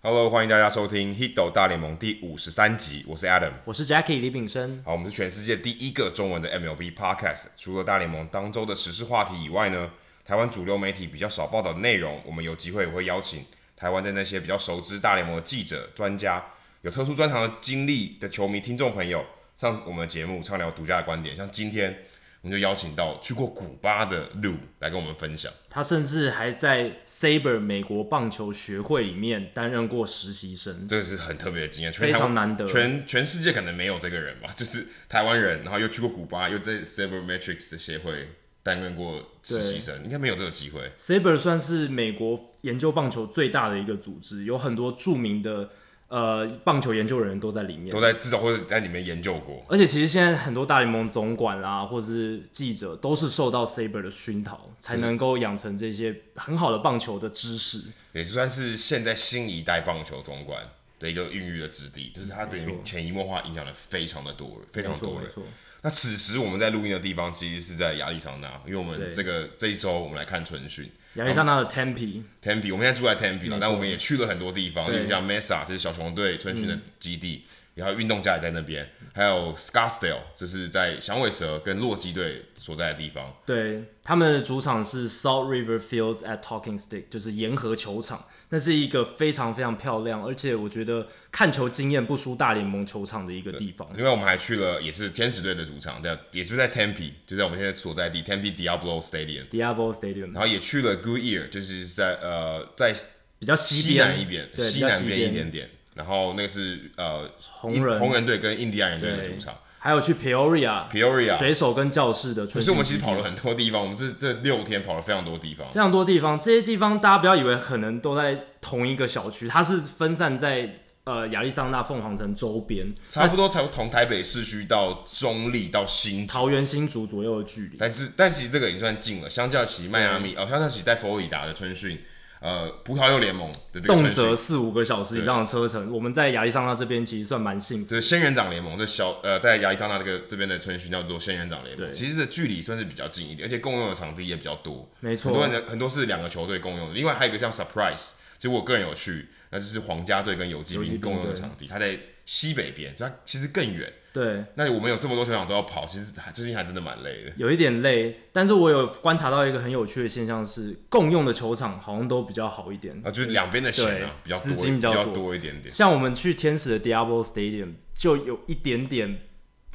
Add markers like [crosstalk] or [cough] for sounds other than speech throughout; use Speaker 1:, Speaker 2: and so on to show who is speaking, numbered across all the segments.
Speaker 1: Hello，欢迎大家收听《Hito 大联盟》第五十三集，我是 Adam。
Speaker 2: 我是 Jackie 李炳生，
Speaker 1: 好，我们是全世界第一个中文的 MLB Podcast。除了大联盟当周的时事话题以外呢，台湾主流媒体比较少报道的内容，我们有机会也会邀请台湾在那些比较熟知大联盟的记者、专家、有特殊专长的经历的球迷、听众朋友上我们的节目，畅聊独家的观点。像今天，我们就邀请到去过古巴的 Lu 来跟我们分享。
Speaker 2: 他甚至还在 Saber 美国棒球学会里面担任过实习生。
Speaker 1: 这个是很特别的经验，全
Speaker 2: 非
Speaker 1: 台湾
Speaker 2: 常难得
Speaker 1: 全全世界可能没有这个人吧，就是台湾人，然后又去过古巴，又在 Sabermetrics 的协会担任过实习生，应该没有这个机会。
Speaker 2: Saber 算是美国研究棒球最大的一个组织，有很多著名的呃棒球研究人员都在里面
Speaker 1: 都。在至少会在里面研究过，
Speaker 2: 而且其实现在很多大联盟总管啦、或是记者，都是受到 Saber 的熏陶，才能够养成这些很好的棒球的知识。
Speaker 1: 也算是现在新一代棒球总管的一个孕育的之地，就是他对于潜移默化影响了非常的多人，非常
Speaker 2: 没错，
Speaker 1: 多
Speaker 2: 没
Speaker 1: 人。
Speaker 2: 错。
Speaker 1: 那此时我们在录音的地方其实是在亚利桑那，因为我们
Speaker 2: 对
Speaker 1: 这个这一周我们来看春训，
Speaker 2: 亚历山大的 Tempe，
Speaker 1: Tempe，我们现在住在 Tempe 了，但我们也去了很多地方，例
Speaker 2: 对嗯
Speaker 1: 如像 Mesa 是小熊队春训的基地，然后运动家也在那边，还有 Scottsdale 就是在响尾蛇跟洛基队所在的地方。
Speaker 2: 对，他们的主场是 Salt River Fields at Talking Stick，就是沿河球场。那是一个非常非常漂亮，而且我觉得看球经验不输大联盟球场的一个地方。
Speaker 1: 另外，我们还去了也是天使队的主场，对，也是在 Tempe，就在我们现在所在地 Tempe Diablo Stadium。
Speaker 2: Diablo Stadium
Speaker 1: 然后也去了 Goodyear，就是在呃在
Speaker 2: 比较
Speaker 1: 西
Speaker 2: 边
Speaker 1: 南一边，
Speaker 2: 对，
Speaker 1: 西
Speaker 2: 比较
Speaker 1: 南
Speaker 2: 西
Speaker 1: 边一点点。然后那个是呃
Speaker 2: 红
Speaker 1: 印
Speaker 2: 人
Speaker 1: 红人队跟印第安人队的
Speaker 2: 对
Speaker 1: 主场
Speaker 2: 还有去 Peoria
Speaker 1: Peoria。
Speaker 2: 水手跟教室的春
Speaker 1: 所以我
Speaker 2: 训
Speaker 1: 们其实跑了很多地方，我们这这六天跑了非常多地方。
Speaker 2: 非常多地方，这些地方大家不要以为可能都在同一个小区，它是分散在呃亚利桑那凤凰城周边，
Speaker 1: 差不多才从台北市区到中立到新竹，
Speaker 2: 桃园新竹左右的距离。
Speaker 1: 但是但其实这个已经算近了。相较起迈阿
Speaker 2: 嗯
Speaker 1: 密，哦，相较起在佛罗里达的春训，呃，葡萄柚联盟的这个
Speaker 2: 动
Speaker 1: 春
Speaker 2: 辄
Speaker 1: 训，
Speaker 2: 四五个小时以上的车程，我们在亚利桑那这边其实算蛮幸福。
Speaker 1: 就是仙人掌联盟，这小呃，在亚利桑那这个这边的春训叫做仙人掌联盟，
Speaker 2: 对
Speaker 1: 其实的距离算是比较近一点，而且共用的场地也比较多，
Speaker 2: 没错
Speaker 1: 很多人很多是两个球队共用的，另外还有一个像 Surprise，其实我个人有去，那就是皇家队跟游击
Speaker 2: 游击
Speaker 1: 兵
Speaker 2: 兵
Speaker 1: 共用的
Speaker 2: 对
Speaker 1: 场地，它在西北边，所以它其实更远。
Speaker 2: 对，
Speaker 1: 那我们有这么多球场都要跑，其实还最近还真的蛮累的。
Speaker 2: 有一点累，但是我有观察到一个很有趣的现象是，共用的球场好像都比较好一点。
Speaker 1: 啊，就是两边的钱啊
Speaker 2: 对
Speaker 1: 比较多，
Speaker 2: 资金
Speaker 1: 比
Speaker 2: 比较
Speaker 1: 较
Speaker 2: 多
Speaker 1: 多一点点。
Speaker 2: 像我们去天使的 Diablo Stadium 就有一点点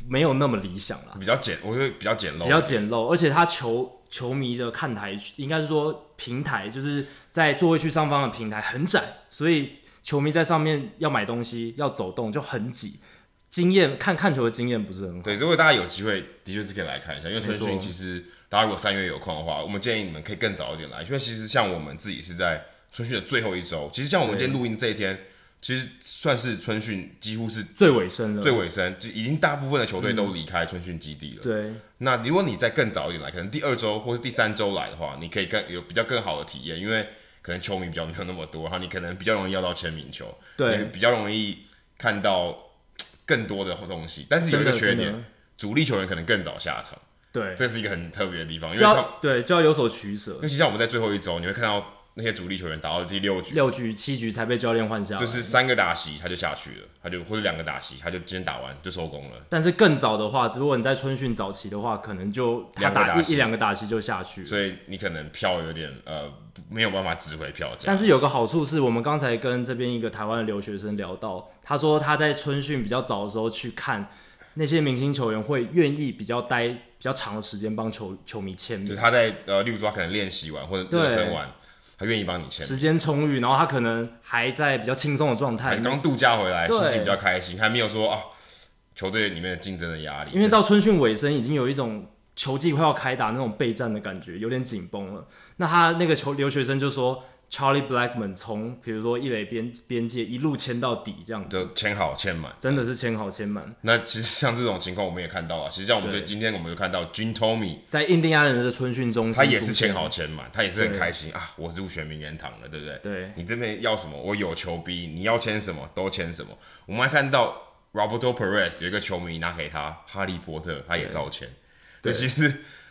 Speaker 2: 没有那么理想啦，
Speaker 1: 比较简，我觉得比较简陋，
Speaker 2: 比较简陋，而且它球球迷的看台应该是说平台就是在座位区上方的平台很窄，所以球迷在上面要买东西要走动就很挤，经验看看球的经验不是很好。
Speaker 1: 对，如果大家有机会，的确是可以来看一下，因为春
Speaker 2: 没
Speaker 1: 训
Speaker 2: 错
Speaker 1: 其实大家如果三月有空的话，我们建议你们可以更早一点来，因为其实像我们自己是在春训的最后一周，其实像我们今天录音这一天，其实算是春训几乎是
Speaker 2: 最尾声了，
Speaker 1: 最尾声，就已经大部分的球队
Speaker 2: 嗯
Speaker 1: 都离开春训基地了。
Speaker 2: 对，
Speaker 1: 那如果你再更早一点来，可能第二周或是第三周来的话，你可以更有比较更好的体验，因为可能球迷比较没有那么多，然后你可能比较容易要到签名球，
Speaker 2: 对
Speaker 1: 你比较容易看到嘖呃更多的东西。但是有
Speaker 2: 真
Speaker 1: 一个
Speaker 2: 的
Speaker 1: 缺
Speaker 2: 真
Speaker 1: 点
Speaker 2: 的，
Speaker 1: 主力球员可能更早下场，
Speaker 2: 对，
Speaker 1: 这是一个很特别的地方，因为
Speaker 2: 就
Speaker 1: 他们
Speaker 2: 要对就要有所取舍
Speaker 1: 尤。其像我们在最后一周，你会看到那些主力球员打到第六局，
Speaker 2: 六局七局才被教练换下来，
Speaker 1: 就是三个打席他就下去了，他就或者两个打席他就今天打完就收工了。
Speaker 2: 但是更早的话，如果你在春训早期的话，可能就他
Speaker 1: 两个
Speaker 2: 打
Speaker 1: 打
Speaker 2: 一
Speaker 1: 席
Speaker 2: 一两个打席就下去了。
Speaker 1: 所以你可能票有点呃没有办法值回票价，
Speaker 2: 但是有个好处是我们刚才跟这边一个台湾的留学生聊到，他说他在春训比较早的时候去看那些明星球员，会愿意比较待比较长的时间帮球球迷签
Speaker 1: 就
Speaker 2: 名
Speaker 1: 是，他在呃，例如说他可能练习完或者热身完，他愿意帮你签名。
Speaker 2: 时间充裕，然后他可能还在比较轻松的状态，
Speaker 1: 刚度假回来，
Speaker 2: 对
Speaker 1: 心情比较开心，还没有说啊，球队里面的竞争的压力。
Speaker 2: 因为到春训尾声，已经有一种球季快要开打那种备战的感觉，有点紧绷了。那他那个球留学生就说，Charlie Blackman 从比如说一垒边边界一路签到底这样子，
Speaker 1: 就签好签满。
Speaker 2: 真的是签好签满。
Speaker 1: 那其实像这种情况我们也看到啊，其实像我们
Speaker 2: 对
Speaker 1: 最今天我们就看到 Jim Tommy，
Speaker 2: 在印第安人的春训中心，
Speaker 1: 他也是签。好签满，他也是很开心啊，我入选名人堂了，对不对？
Speaker 2: 对
Speaker 1: 你这边要什么，我有求必应，你要签什么都签什么。我们还看到 Roberto Perez 有一个球迷拿给他哈利波特，他也照签。对，
Speaker 2: 对
Speaker 1: 其实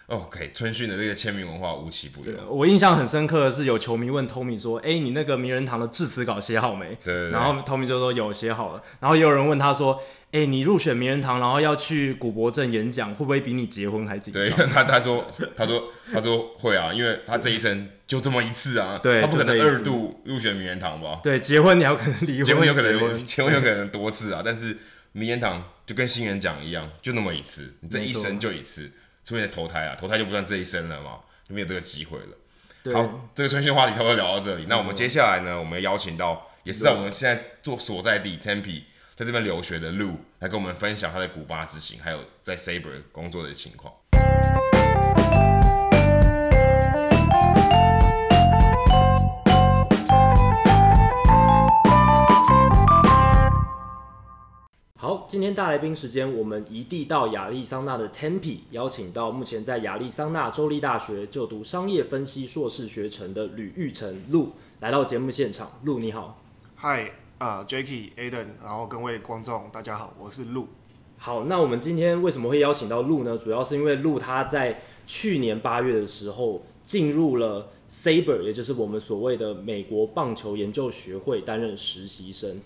Speaker 1: 哦 OK，春训的这个签名文化无奇不有。
Speaker 3: 我印象很深刻的是，有球迷问 Tommy 说：“哎、你那个名人堂的致辞稿写好没？”
Speaker 1: 对对对
Speaker 3: 然后 Tommy 就说：“有写好了。”然后也有人问他说：“哎、你入选名人堂，然后要去古博镇演讲，会不会比你结婚还紧张
Speaker 1: 对， [laughs] 他他说他说他说会啊，因为他这一生就这么一次啊，
Speaker 3: 对
Speaker 1: 他不可能
Speaker 3: 就这一次
Speaker 1: 二度入选名人堂吧？”？
Speaker 3: 对，结婚你要可能离婚，
Speaker 1: [laughs] 结婚有可
Speaker 3: 结婚
Speaker 1: 能，结婚有可能多次啊，但是名人堂就跟新人奖一样，就那么一次，你这一生就一次，除非你投胎啊，投胎就不算这一生了嘛，就没有这个机会了。
Speaker 3: 对
Speaker 1: 好，这个春训话题差不多聊到这里，那我们接下来呢，我们邀请到也是在我们现在做所在地 Tempe。在这边留学的路来跟我们分享他在古巴之行，还有在 Saber 工作的情况。
Speaker 2: 好，今天大来宾时间，我们移地到亚利桑那的 Tempe，邀请到目前在亚利桑那州立大学就读商业分析硕士学程的吕玉成陆来到节目现场。陆你好，
Speaker 4: 嗨，啊 j a c k i e Aden，然后各位观众，大家好，我是陆。
Speaker 2: 好，那我们今天为什么会邀请到陆呢？主要是因为陆他在去年八月的时候进入了 Saber，也就是我们所谓的美国棒球研究学会担任实习生。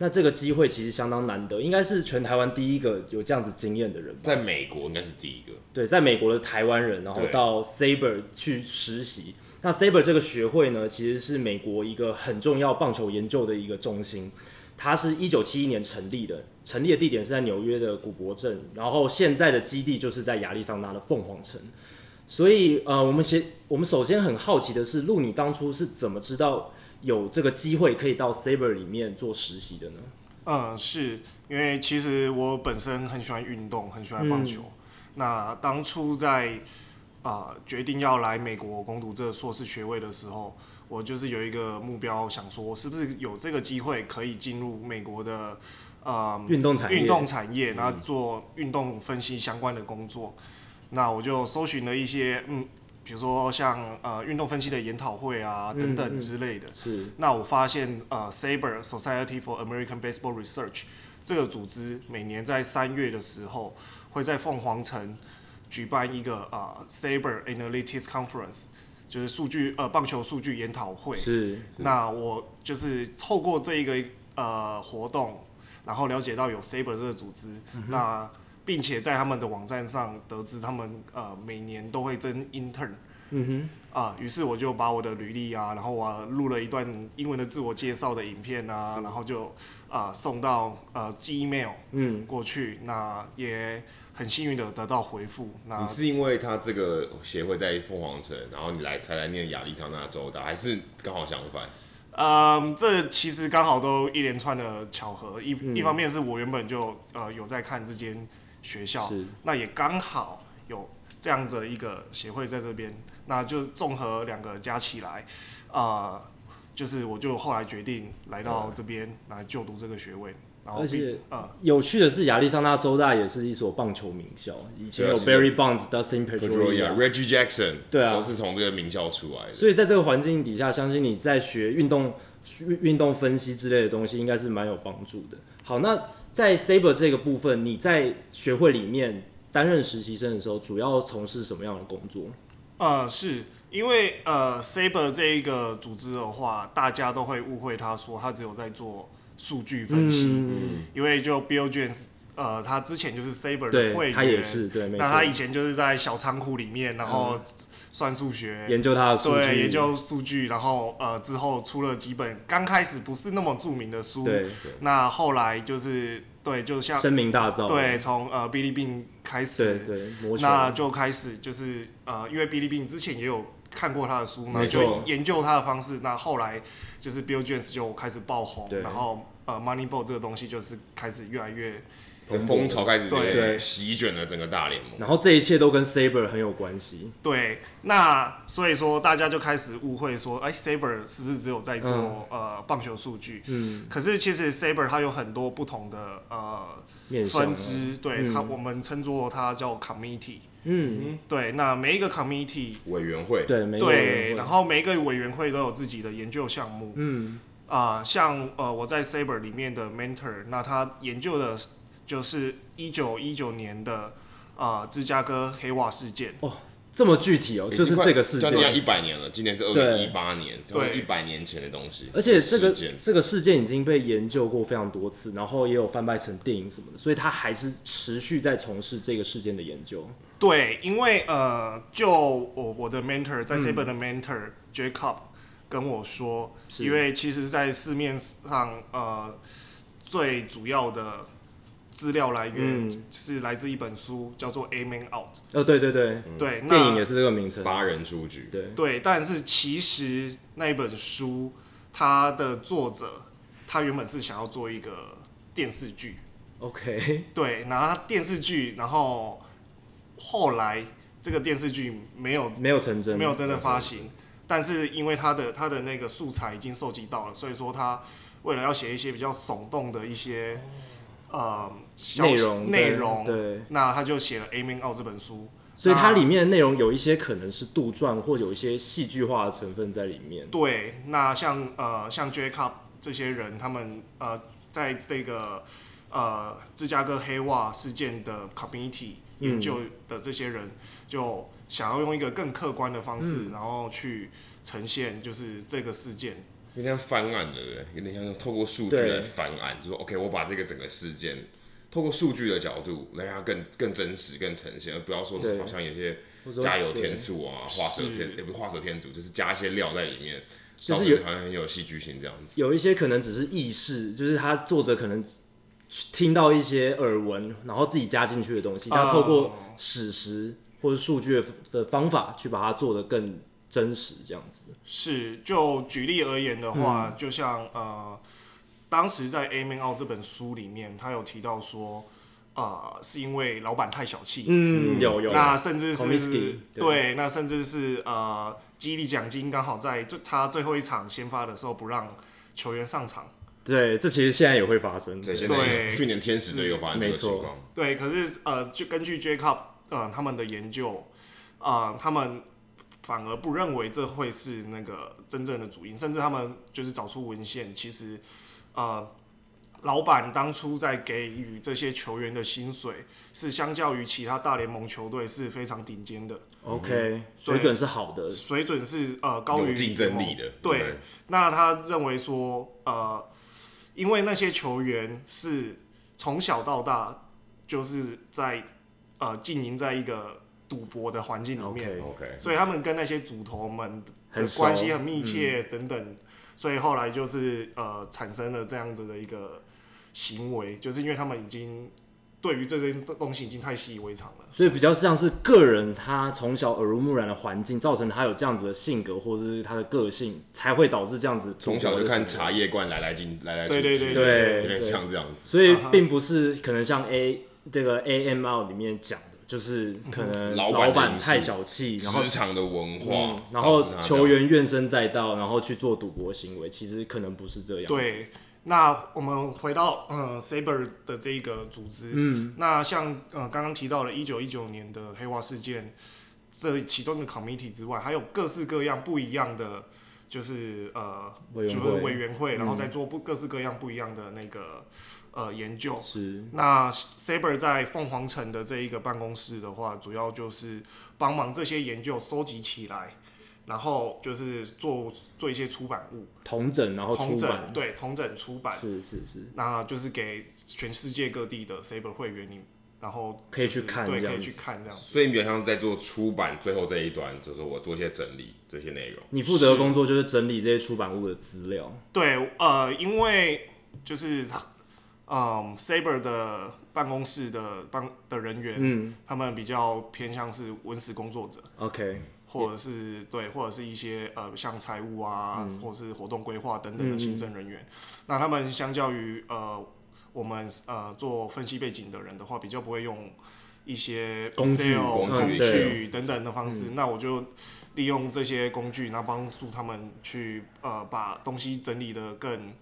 Speaker 2: 那这个机会其实相当难得，应该是全台湾第一个有这样子经验的人吧。
Speaker 1: 在美国应该是第一个，
Speaker 2: 对，在美国的台湾人，然后
Speaker 1: 对
Speaker 2: 到 Saber 去实习。那 Saber 这个学会呢，其实是美国一个很重要棒球研究的一个中心。它是一九七一年成立的，成立的地点是在纽约的古柏镇，然后现在的基地就是在亚利桑那的凤凰城。所以，呃，我们先，我们首先很好奇的是，陆，你当初是怎么知道有这个机会可以到 Saber 里面做实习的呢？
Speaker 4: 嗯，是因为其实我本身很喜欢运动，很喜欢棒
Speaker 2: 嗯
Speaker 4: 球。那当初在啊、决定要来美国攻读这硕士学位的时候，我就是有一个目标，想说是不是有这个机会可以进入美国的呃
Speaker 2: 运动产业嗯
Speaker 4: 运动产业，然后做运动分析相关的工作。那我就搜寻了一些嗯。比如说像呃运动分析的研讨会啊等
Speaker 2: 嗯嗯
Speaker 4: 等之类的，
Speaker 2: 是
Speaker 4: 那我发现呃，Saber Society for American Baseball Research 这个组织每年在三月的时候会在凤凰城举办一个呃 Saber Analytics Conference，就是数据呃棒球数据研讨会。
Speaker 2: 是，
Speaker 4: 那我就是透过这一个呃活动，然后了解到有 Saber 这个组织，
Speaker 2: 嗯
Speaker 4: 那并且在他们的网站上得知他们呃每年都会征 intern，
Speaker 2: 嗯
Speaker 4: 啊，于是我就把我的履历啊，然后我、录了一段英文的自我介绍的影片啊，然后就啊、送到呃 Gmail
Speaker 2: 哼，嗯，
Speaker 4: 过去，那也很幸运的得到回复。那
Speaker 3: 啊
Speaker 1: 你是因为他这个协会在凤凰城，然后你来才来念亚利桑那州的，还是刚好相反？
Speaker 4: 嗯，这其实刚好都一连串的巧合。一、
Speaker 2: 嗯
Speaker 4: 一方面是我原本就呃有在看这间学校
Speaker 2: 是，
Speaker 4: 那也刚好有这样的一个协会在这边，那就综合两个加起来，呃，就是我就后来决定来到这边来就读这个学位，然
Speaker 2: 嗯
Speaker 4: 后
Speaker 2: 而且
Speaker 4: 并呃
Speaker 2: 有趣的是，亚利桑那州大也是一所棒球名校，以前有
Speaker 1: 对啊
Speaker 2: Barry Bonds、Dustin
Speaker 1: p e d r o y a
Speaker 2: Pedroia，
Speaker 1: Reggie Jackson，
Speaker 2: 啊对啊
Speaker 1: 都是从这个名校出来的。
Speaker 2: 所以在这个环境底下，相信你在学运动、运运动分析之类的东西，应该是蛮有帮助的。好，那在 Saber 这个部分，你在学会里面担任实习生的时候，主要从事什么样的工作？
Speaker 4: 呃，是因为呃，Saber 这一个组织的话，大家都会误会他说他只有在做数据分析，
Speaker 2: 嗯
Speaker 4: 因为就 Bill Jones，呃，他之前就是 Saber 的
Speaker 2: 对，
Speaker 4: 会员，
Speaker 2: 他也是，对，没
Speaker 4: 那他
Speaker 2: 错，嗯
Speaker 4: 以前就是在小仓库里面，然后算数学，
Speaker 2: 研究他的数
Speaker 4: 对，
Speaker 2: 据，
Speaker 4: 研究数据，然后呃，之后出了几本刚开始不是那么著名的书，
Speaker 2: 对，
Speaker 4: 那后来就是对，就像
Speaker 2: 声名大噪，
Speaker 4: 对，从呃 b i l i b i n 开
Speaker 2: 对
Speaker 4: 始，
Speaker 2: 对，魔球
Speaker 4: 那就开始就是呃，因为 Billy Bean 之前也有看过他的书嘛，
Speaker 2: 没错
Speaker 4: 就研究他的方式。那后来就是 Bill Jones 就开始爆红
Speaker 2: 对，
Speaker 4: 然后呃 Moneyball 这个东西就是开始越来越
Speaker 1: 从风潮开始
Speaker 4: 对
Speaker 1: 对
Speaker 2: 对
Speaker 1: 席卷了整个大联盟。
Speaker 2: 然后这一切都跟 Saber 很有关系，
Speaker 4: 对。那所以说大家就开始误会说，哎，Saber 是不是只有在做、呃棒球数据？嗯，可是其实 Saber 它有很多不同的呃
Speaker 2: 面向啊
Speaker 4: 分支，对、它我们称作它叫 committee。
Speaker 2: 嗯，
Speaker 4: 对，那每一个 committee
Speaker 1: 委员会，
Speaker 2: 对，没错，
Speaker 4: 对，然后每一个委员会都有自己的研究项目。
Speaker 2: 嗯，
Speaker 4: 啊、像呃我在 Saber 里面的 mentor，那他研究的是就是一九一九年的啊、呃芝加哥黑瓦事件。
Speaker 2: 哦，这么具体哦，就是这个事
Speaker 1: 将近要
Speaker 2: 件。
Speaker 1: 一百年了，今年是二零一
Speaker 2: 对
Speaker 1: 八年，
Speaker 4: 对
Speaker 1: 一百年前的东西，
Speaker 2: 而且这个
Speaker 1: 事件
Speaker 2: 这个事件已经被研究过非常多次，然后也有翻拍成电影什么的，所以他还是持续在从事这个事件的研究。
Speaker 4: 对，因为呃，就我我的 mentor
Speaker 2: 嗯
Speaker 4: 在 Saber 的 mentor、Jacob 跟我说，
Speaker 2: 是
Speaker 4: 因为其实，在市面上呃最主要的资料来源
Speaker 2: 嗯
Speaker 4: 是来自一本书，叫做《A Man Out》。
Speaker 2: 呃，对对对，
Speaker 4: 对，嗯那
Speaker 2: 电影也是这个名称。
Speaker 1: 八人出局，
Speaker 2: 对，
Speaker 4: 对，但是其实那一本书，它的作者他原本是想要做一个电视剧，
Speaker 2: OK，
Speaker 4: 对，然后他电视剧，然后后来这个电视剧没有
Speaker 2: 没有成真，
Speaker 4: 没有真的发行，但是因为他的他的那个素材已经收集到了，所以说他为了要写一些比较耸动的一些呃消息
Speaker 2: 内容
Speaker 4: 内
Speaker 2: 跟
Speaker 4: 容，
Speaker 2: 对，
Speaker 4: 那他就写了《A Man Out》这本书，
Speaker 2: 所以它里面的内容有一些可能是杜撰，或有一些戏剧化的成分在里面。
Speaker 4: 对，那像呃像 Jacob 这些人，他们呃在这个呃芝加哥黑袜事件的 community
Speaker 2: 嗯
Speaker 4: 研究的这些人，就想要用一个更客观的方式，然后去呈现就是这个事件。
Speaker 1: 有点像翻案，对不对？有点像透过数据
Speaker 2: 对
Speaker 1: 来翻案，就说 OK，我把这个整个事件透过数据的角度来让它更更真实、更呈现，而不要说
Speaker 2: 对
Speaker 1: 好像有些
Speaker 2: 或者说
Speaker 1: 加油添醋啊、画蛇添
Speaker 4: 是
Speaker 1: 也不是画蛇添足，就是加一些料在里面，
Speaker 2: 就
Speaker 1: 造
Speaker 2: 是
Speaker 1: 成
Speaker 2: 有
Speaker 1: 好像很有戏剧性这样子。
Speaker 2: 有一些可能只是意识，就是他作者可能听到一些耳闻，然后自己加进去的东西，他透过史实或者数据的的方法去把它做得更真实，这样子。
Speaker 4: 是，就举例而言的话，就像呃，当时在《A Man Out》这本书里面，他有提到说，呃，是因为老板太小气，
Speaker 2: 嗯，有有。
Speaker 4: 那甚至
Speaker 2: Comiskey，
Speaker 4: 是
Speaker 2: 对
Speaker 4: 对，那甚至是呃，激励奖金刚好在最差最后一场先发的时候不让球员上场。
Speaker 2: 对，这其实现在也会发生。
Speaker 1: 对，现在
Speaker 4: 对
Speaker 1: 去年天使队有发生这个情况，
Speaker 4: 对，可是呃，就根据 Jacob 呃他们的研究，呃，他们反而不认为这会是那个真正的主因，甚至他们就是找出文献，其实呃，老板当初在给予这些球员的薪水是相较于其他大联盟球队是非常顶尖的，
Speaker 2: OK，水准是好的。
Speaker 4: 水准是呃高于
Speaker 1: 有竞争力的，
Speaker 4: 对，
Speaker 1: 不，
Speaker 4: 那他认为说，呃，因为那些球员是从小到大就是在呃经营在一个赌博的环境里面
Speaker 2: OK，
Speaker 1: OK，
Speaker 4: 所以他们跟那些主头们的
Speaker 2: 很熟
Speaker 4: 关系很密切
Speaker 1: 嗯
Speaker 4: 等等，所以后来就是呃产生了这样子的一个行为，就是因为他们已经对于这些东西已经太习以为常了。
Speaker 2: 所以比较像是个人他从小耳濡目染的环境，造成他有这样子的性格或者是他的个性，才会导致这样子。
Speaker 1: 从小就看。茶叶罐来来进来来出去，
Speaker 4: 对对对
Speaker 2: 对
Speaker 1: 有点
Speaker 2: 对
Speaker 1: 像这样子。
Speaker 2: 所
Speaker 4: 啊
Speaker 2: 以并不是可能像 A 这个 A M L 里面讲的，就是可能
Speaker 1: 嗯老板的
Speaker 2: 老板
Speaker 1: 因素
Speaker 2: 太小气，然后
Speaker 1: 职场的文化
Speaker 2: 嗯，然
Speaker 1: 导致
Speaker 2: 后
Speaker 1: 他
Speaker 2: 球员怨声载道，然后去做赌博行为，其实可能不是这样。，
Speaker 4: 对，那我们回到嗯 Saber 的这一个组织，嗯，那像呃刚刚提到了一九一九年的黑化事件，这其中的 committee 之外，还有各式各样不一样的。就是呃，
Speaker 2: 委员
Speaker 4: 就
Speaker 2: 会嗯
Speaker 4: 是委员会，然后再做不各式各样不一样的那个呃研究。
Speaker 2: 是
Speaker 4: 那 Saber 在凤凰城的这一个办公室的话，主要就是帮忙这些研究收集起来，然后就是做做一些出版物，
Speaker 2: 同整，然后
Speaker 4: 同
Speaker 2: 出
Speaker 4: 整
Speaker 2: 版。
Speaker 4: 对同整出版，
Speaker 2: 是是是，
Speaker 4: 那就是给全世界各地的 Saber 会员你，然后、
Speaker 2: 可以
Speaker 4: 就是
Speaker 2: 去看
Speaker 4: 对，
Speaker 2: 这
Speaker 4: 可
Speaker 2: 样
Speaker 4: 以
Speaker 2: 子
Speaker 4: 去看这样。
Speaker 1: 所以你比较像在做出版最后这一端，就是我做一些整理这些内容。
Speaker 2: 你负责的工作就是整理这些出版物的资料。
Speaker 4: 对，呃，因为就是嗯，Saber 的办公室的办的人员，
Speaker 2: 嗯
Speaker 4: 他们比较偏向是文史工作者，
Speaker 2: ，OK，
Speaker 4: 或者是对，或者是一些呃，像财务啊，
Speaker 2: 嗯
Speaker 4: 或者是活动规划等等的行政人员。那他们相较于呃，我们呃做分析背景的人的话，比较不会用一些
Speaker 2: 工具
Speaker 4: Excel
Speaker 1: 工具
Speaker 2: 对
Speaker 4: 工
Speaker 2: 嗯
Speaker 4: 具等等的方式。那我就利用这些工具，那帮助他们去呃把东西整理的更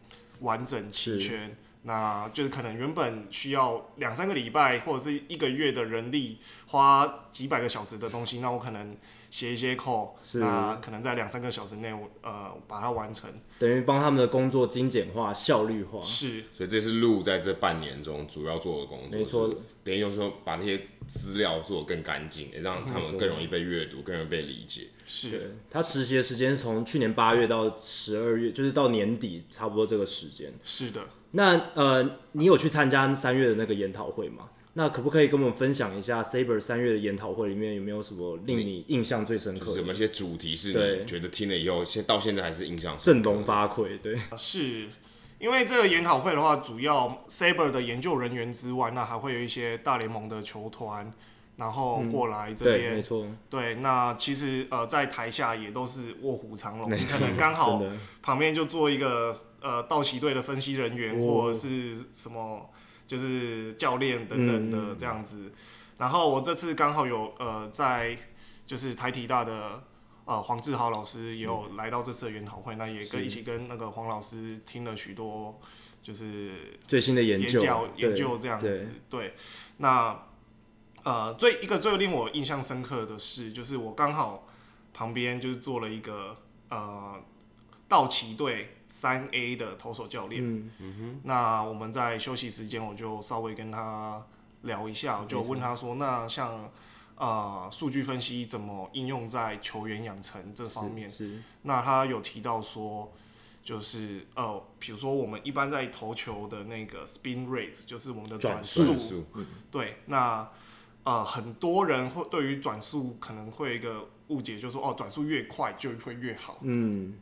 Speaker 4: 完整
Speaker 2: 是
Speaker 4: 齐全。那就是可能原本需要两三个礼拜或者是一个月的人力，花几百个小时的东西，那我可能写一些扣，
Speaker 2: 是
Speaker 4: 那可能在两三个小时内，我呃把它完成。
Speaker 5: 嗯
Speaker 2: 等于帮他们的工作精简化、效率化。
Speaker 4: 是
Speaker 1: 所以这是鹿在这半年中主要做的工作，
Speaker 2: 没错，
Speaker 1: 连用说把这些资料做得更干净，也让他们更容易被阅读，更容易被理解。
Speaker 4: 是，
Speaker 5: 他实习的时间是从去年八月到十二月，就是到年底差不多这个时间。
Speaker 4: 是的。
Speaker 5: 那呃，你有去参加三月的那个研讨会吗？那可不可以跟我们分享一下 Saber 三月的研讨会里面有没有什么令你印象最深刻
Speaker 1: 有没有
Speaker 5: 的
Speaker 1: 一？些主题是
Speaker 5: 对
Speaker 1: 你觉得听了以后，现到现在还是印象深
Speaker 5: 振
Speaker 1: 刻的
Speaker 5: 聋发聩，对，
Speaker 4: 是因为这个研讨会的话，主要 Saber 的研究人员之外，那还会有一些大联盟的球团，然后过来这
Speaker 5: 嗯对，
Speaker 4: 边、
Speaker 5: 没错，
Speaker 4: 对，那其实呃，在台下也都是卧虎藏龙，
Speaker 5: 没
Speaker 4: 你
Speaker 5: [laughs]
Speaker 4: 可
Speaker 5: 错，
Speaker 4: 能刚好
Speaker 5: 真的
Speaker 4: 旁边就做一个呃道奇队的分析人员、
Speaker 5: 哦
Speaker 4: 或者是什么就是教练等等的这样子。然后我这次刚好有呃在就是台体大的呃黄志豪老师也有来到这次的研讨会，那也跟一起跟那个黄老师听了许多就是
Speaker 5: 最新的研
Speaker 4: 研
Speaker 5: 究
Speaker 4: 究
Speaker 5: 对
Speaker 4: 研究这样子
Speaker 5: 对。
Speaker 4: 对，那呃，最一个最令我印象深刻的是，就是我刚好旁边就是做了一个呃道奇队三 A 的投手教练。
Speaker 5: 嗯
Speaker 4: 那我们在休息时间，我就稍微跟他聊一下，我就问他说，那像。呃，数据分析怎么应用在球员养成这方面？
Speaker 5: 是
Speaker 4: 那他有提到说，就是呃，比如说我们一般在投球的那个 spin rate，就是我们的转
Speaker 5: 转
Speaker 4: 速，
Speaker 1: 转速
Speaker 4: 对，那呃，很多人会对于转速可能会有一个误解，就是说哦，转速越快就会越好。
Speaker 5: 嗯，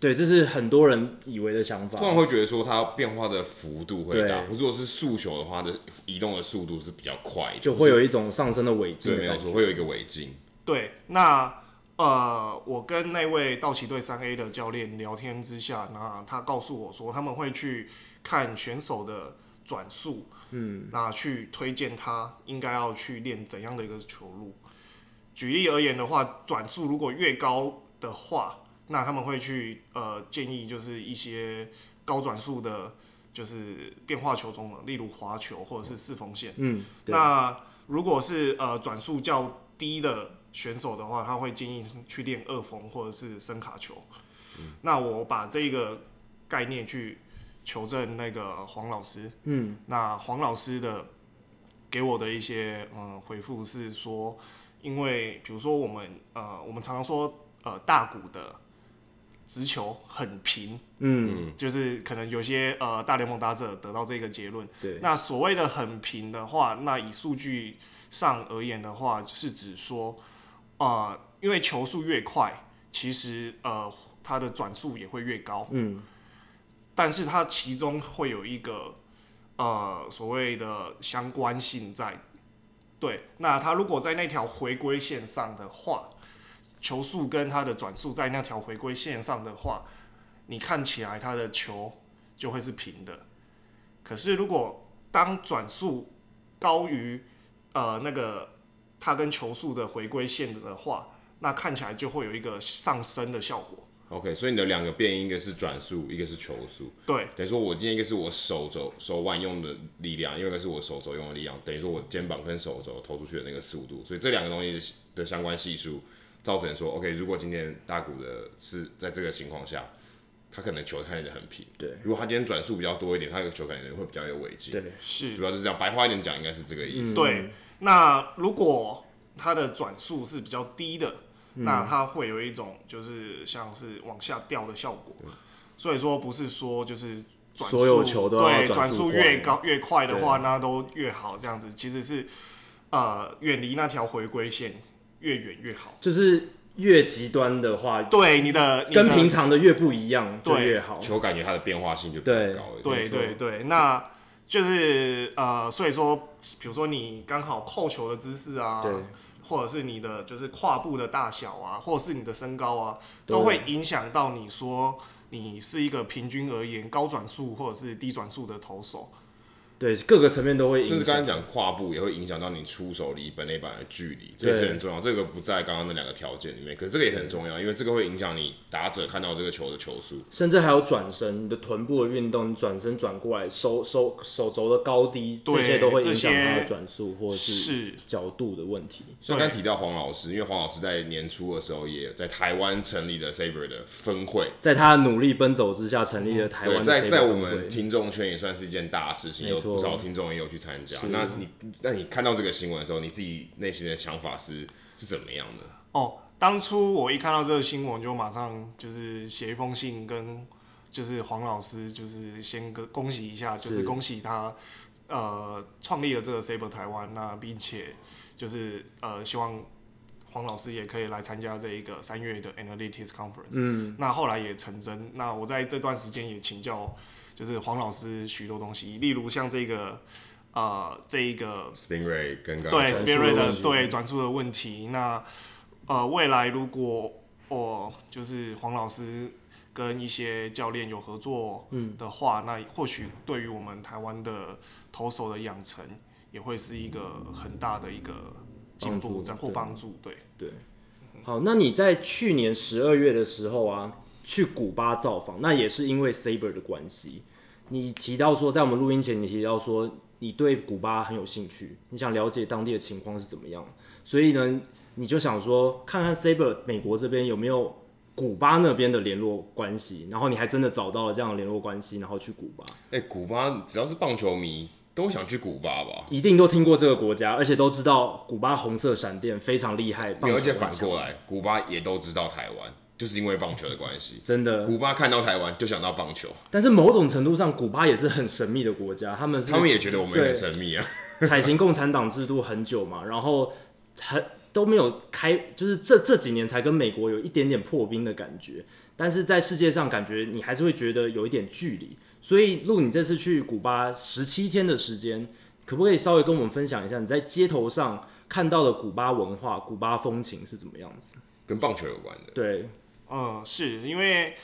Speaker 5: 对，这是很多人以为的想法
Speaker 1: 突，然会觉得说它变化的幅度会大，
Speaker 5: 对
Speaker 1: 如果是速球的话，它的移动的速度是比较快，
Speaker 5: 就会有一种上升的违
Speaker 1: 对，
Speaker 5: 禁
Speaker 1: 没
Speaker 5: 的
Speaker 1: 有
Speaker 5: 感觉
Speaker 1: 错，。会有一个违禁，
Speaker 4: 对，那呃，我跟那位道奇队三 A 的教练聊天之下，那他告诉我说他们会去看选手的转速，嗯，那去推荐他应该要去练怎样的一个球路。举例而言的话，转速如果越高的话，那他们会去呃建议就是一些高转速的，就是变化球中的，例如滑球或者是四缝线。
Speaker 5: 嗯，对
Speaker 4: 那如果是呃转速较低的选手的话，他会建议去练二缝或者是深卡球。那我把这个概念去求证那个黄老师，嗯，那黄老师的给我的一些嗯回复是说，因为比如说我们呃我们常常说呃大股的直球很平，
Speaker 5: 嗯，
Speaker 4: 就是可能有些呃大联盟打者得到这个结论。
Speaker 5: 对
Speaker 4: 那所谓的很平的话，那以数据上而言的话，是指说，呃，因为球速越快，其实呃它的转速也会越高。
Speaker 5: 嗯，
Speaker 4: 但是它其中会有一个呃所谓的相关性在。对，那它如果在那条回归线上的话，球速跟它的转速在那条回归线上的话，你看起来它的球就会是平的。可是如果当转速高于呃那个它跟球速的回归线的话，那看起来就会有一个上升的效果。
Speaker 1: OK，所以你的两个变音，一个是转速，一个是球速。
Speaker 4: 对，
Speaker 1: 等于说，我今天一个是我手肘手腕用的力量，另外一个是我手肘用的力量。等于说我肩膀跟手肘投出去的那个速度，所以这两个东西的相关系数，造成说，OK，如果今天大谷的是在这个情况下，他可能球看起来很平。
Speaker 5: 对，
Speaker 1: 如果他今天转速比较多一点，他的球可能会比较有违禁。
Speaker 5: 对，
Speaker 4: 是
Speaker 1: 主要就是这样，白话一点讲，应该是这个意
Speaker 5: 嗯
Speaker 1: 思。
Speaker 4: 对，那如果它的转速是比较低的，
Speaker 5: 嗯
Speaker 4: 那它会有一种就是像是往下掉的效果。所以说不是说就是转速
Speaker 5: 所有球都要
Speaker 4: 对
Speaker 5: 转
Speaker 4: 转
Speaker 5: 速
Speaker 4: 速
Speaker 5: 快
Speaker 4: 越高越快的话，那都越好。这样子其实是呃远离那条回归线越远越好。
Speaker 5: 就是越极端的话，
Speaker 4: 对你的你的
Speaker 5: 跟平常的越不一样，就
Speaker 4: 对
Speaker 5: 越好。
Speaker 1: 球感觉它的变化性就比较
Speaker 5: 对
Speaker 1: 高一点。
Speaker 4: 对对对，那就是呃，所以说，比如说你刚好扣球的姿势啊
Speaker 5: 对，
Speaker 4: 或者是你的就是跨步的大小啊，或者是你的身高啊，
Speaker 5: 对
Speaker 4: 都会影响到你说你是一个平均而言高转速或者是低转速的投手。
Speaker 5: 对，各个层面都会
Speaker 1: 甚
Speaker 5: 影
Speaker 1: 至刚
Speaker 5: 响。
Speaker 1: 才讲跨步也会影响到你出手离本垒板的距离，这也是
Speaker 5: 对
Speaker 1: 很重要。这个不在刚刚那两个条件里面，可是这个也很
Speaker 5: 嗯
Speaker 1: 重要，因为这个会影响你打者看到这个球的球速。
Speaker 5: 甚至还有转身，你的臀部的运动，你转身转过来，手手手肘的高低，
Speaker 4: 对
Speaker 5: 这些都会影响
Speaker 4: 这些
Speaker 5: 它的转速或者
Speaker 4: 是
Speaker 5: 角度的问题。
Speaker 1: 像刚才提到黄老师，因为黄老师在年初的时候也在台湾成立了 Saber 的分会，
Speaker 5: 在他的努力奔走之下，成立了台湾
Speaker 1: 哦对，
Speaker 5: 的
Speaker 1: 在
Speaker 5: Sabre
Speaker 1: 在我
Speaker 5: 分
Speaker 1: 们
Speaker 5: 会
Speaker 1: 听众圈也算是一件大事情，
Speaker 5: 没
Speaker 1: 有不少听众也有去参加。那你那你看到这个新闻的时候，你自己内心的想法是是怎么样的？
Speaker 4: 哦，当初我一看到这个新闻，就马上就是写一封信跟就是黄老师，就是先跟恭喜一下，就是
Speaker 2: 是
Speaker 4: 恭喜他呃创立了这个 Saber 台湾，那并且就是呃希望黄老师也可以来参加这一个三月的 Analytics Conference。嗯，那后来也成真。那我在这段时间也请教就是黄老师许多东西，例如像这个呃这一个
Speaker 1: Springray 跟刚
Speaker 4: 对
Speaker 1: 刚
Speaker 4: Spirit
Speaker 2: 的
Speaker 4: 的
Speaker 2: 问题
Speaker 4: 对转出的问题。那呃，未来如果哦，就是黄老师跟一些教练有合作
Speaker 2: 嗯
Speaker 4: 的话，那或许对于我们台湾的投手的养成，也会是一个很大的一个进
Speaker 2: 帮
Speaker 4: 步
Speaker 2: 助
Speaker 4: 这样或
Speaker 2: 对
Speaker 4: 帮助。对，
Speaker 2: 好，那你在去年十二月的时候啊，去古巴造访，那也是因为 Saber 的关系。你提到说，在我们录音前，你提到说你对古巴很有兴趣，你想了解当地的情况是怎么样，所以呢，你就想说看看 Saber 美国这边有没有古巴那边的联络关系，然后你还真的找到了这样的联络关系，然后去古巴，
Speaker 1: 哎、古巴只要是棒球迷都想去古巴吧？
Speaker 2: 一定都听过这个国家，而且都知道古巴红色闪电非常厉害，
Speaker 1: 没有，而且
Speaker 2: 棒球很
Speaker 1: 反
Speaker 2: 强
Speaker 1: 过来，古巴也都知道台湾，就是因为棒球的关系。
Speaker 2: 真的
Speaker 1: 古巴看到台湾就想到棒球，
Speaker 2: 但是某种程度上，古巴也是很神秘的国家，他们是
Speaker 1: 他们也觉得我们
Speaker 2: 对
Speaker 1: 很神秘啊。
Speaker 2: 采行共产党制度很久嘛，然后很都没有开，就是这这几年才跟美国有一点点破冰的感觉，但是在世界上感觉你还是会觉得有一点距离。所以陆，你这次去古巴十七天的时间，可不可以稍微跟我们分享一下你在街头上看到的古巴文化、古巴风情是怎么样子？
Speaker 1: 跟棒球有关的，
Speaker 2: 对，
Speaker 4: 嗯，是因为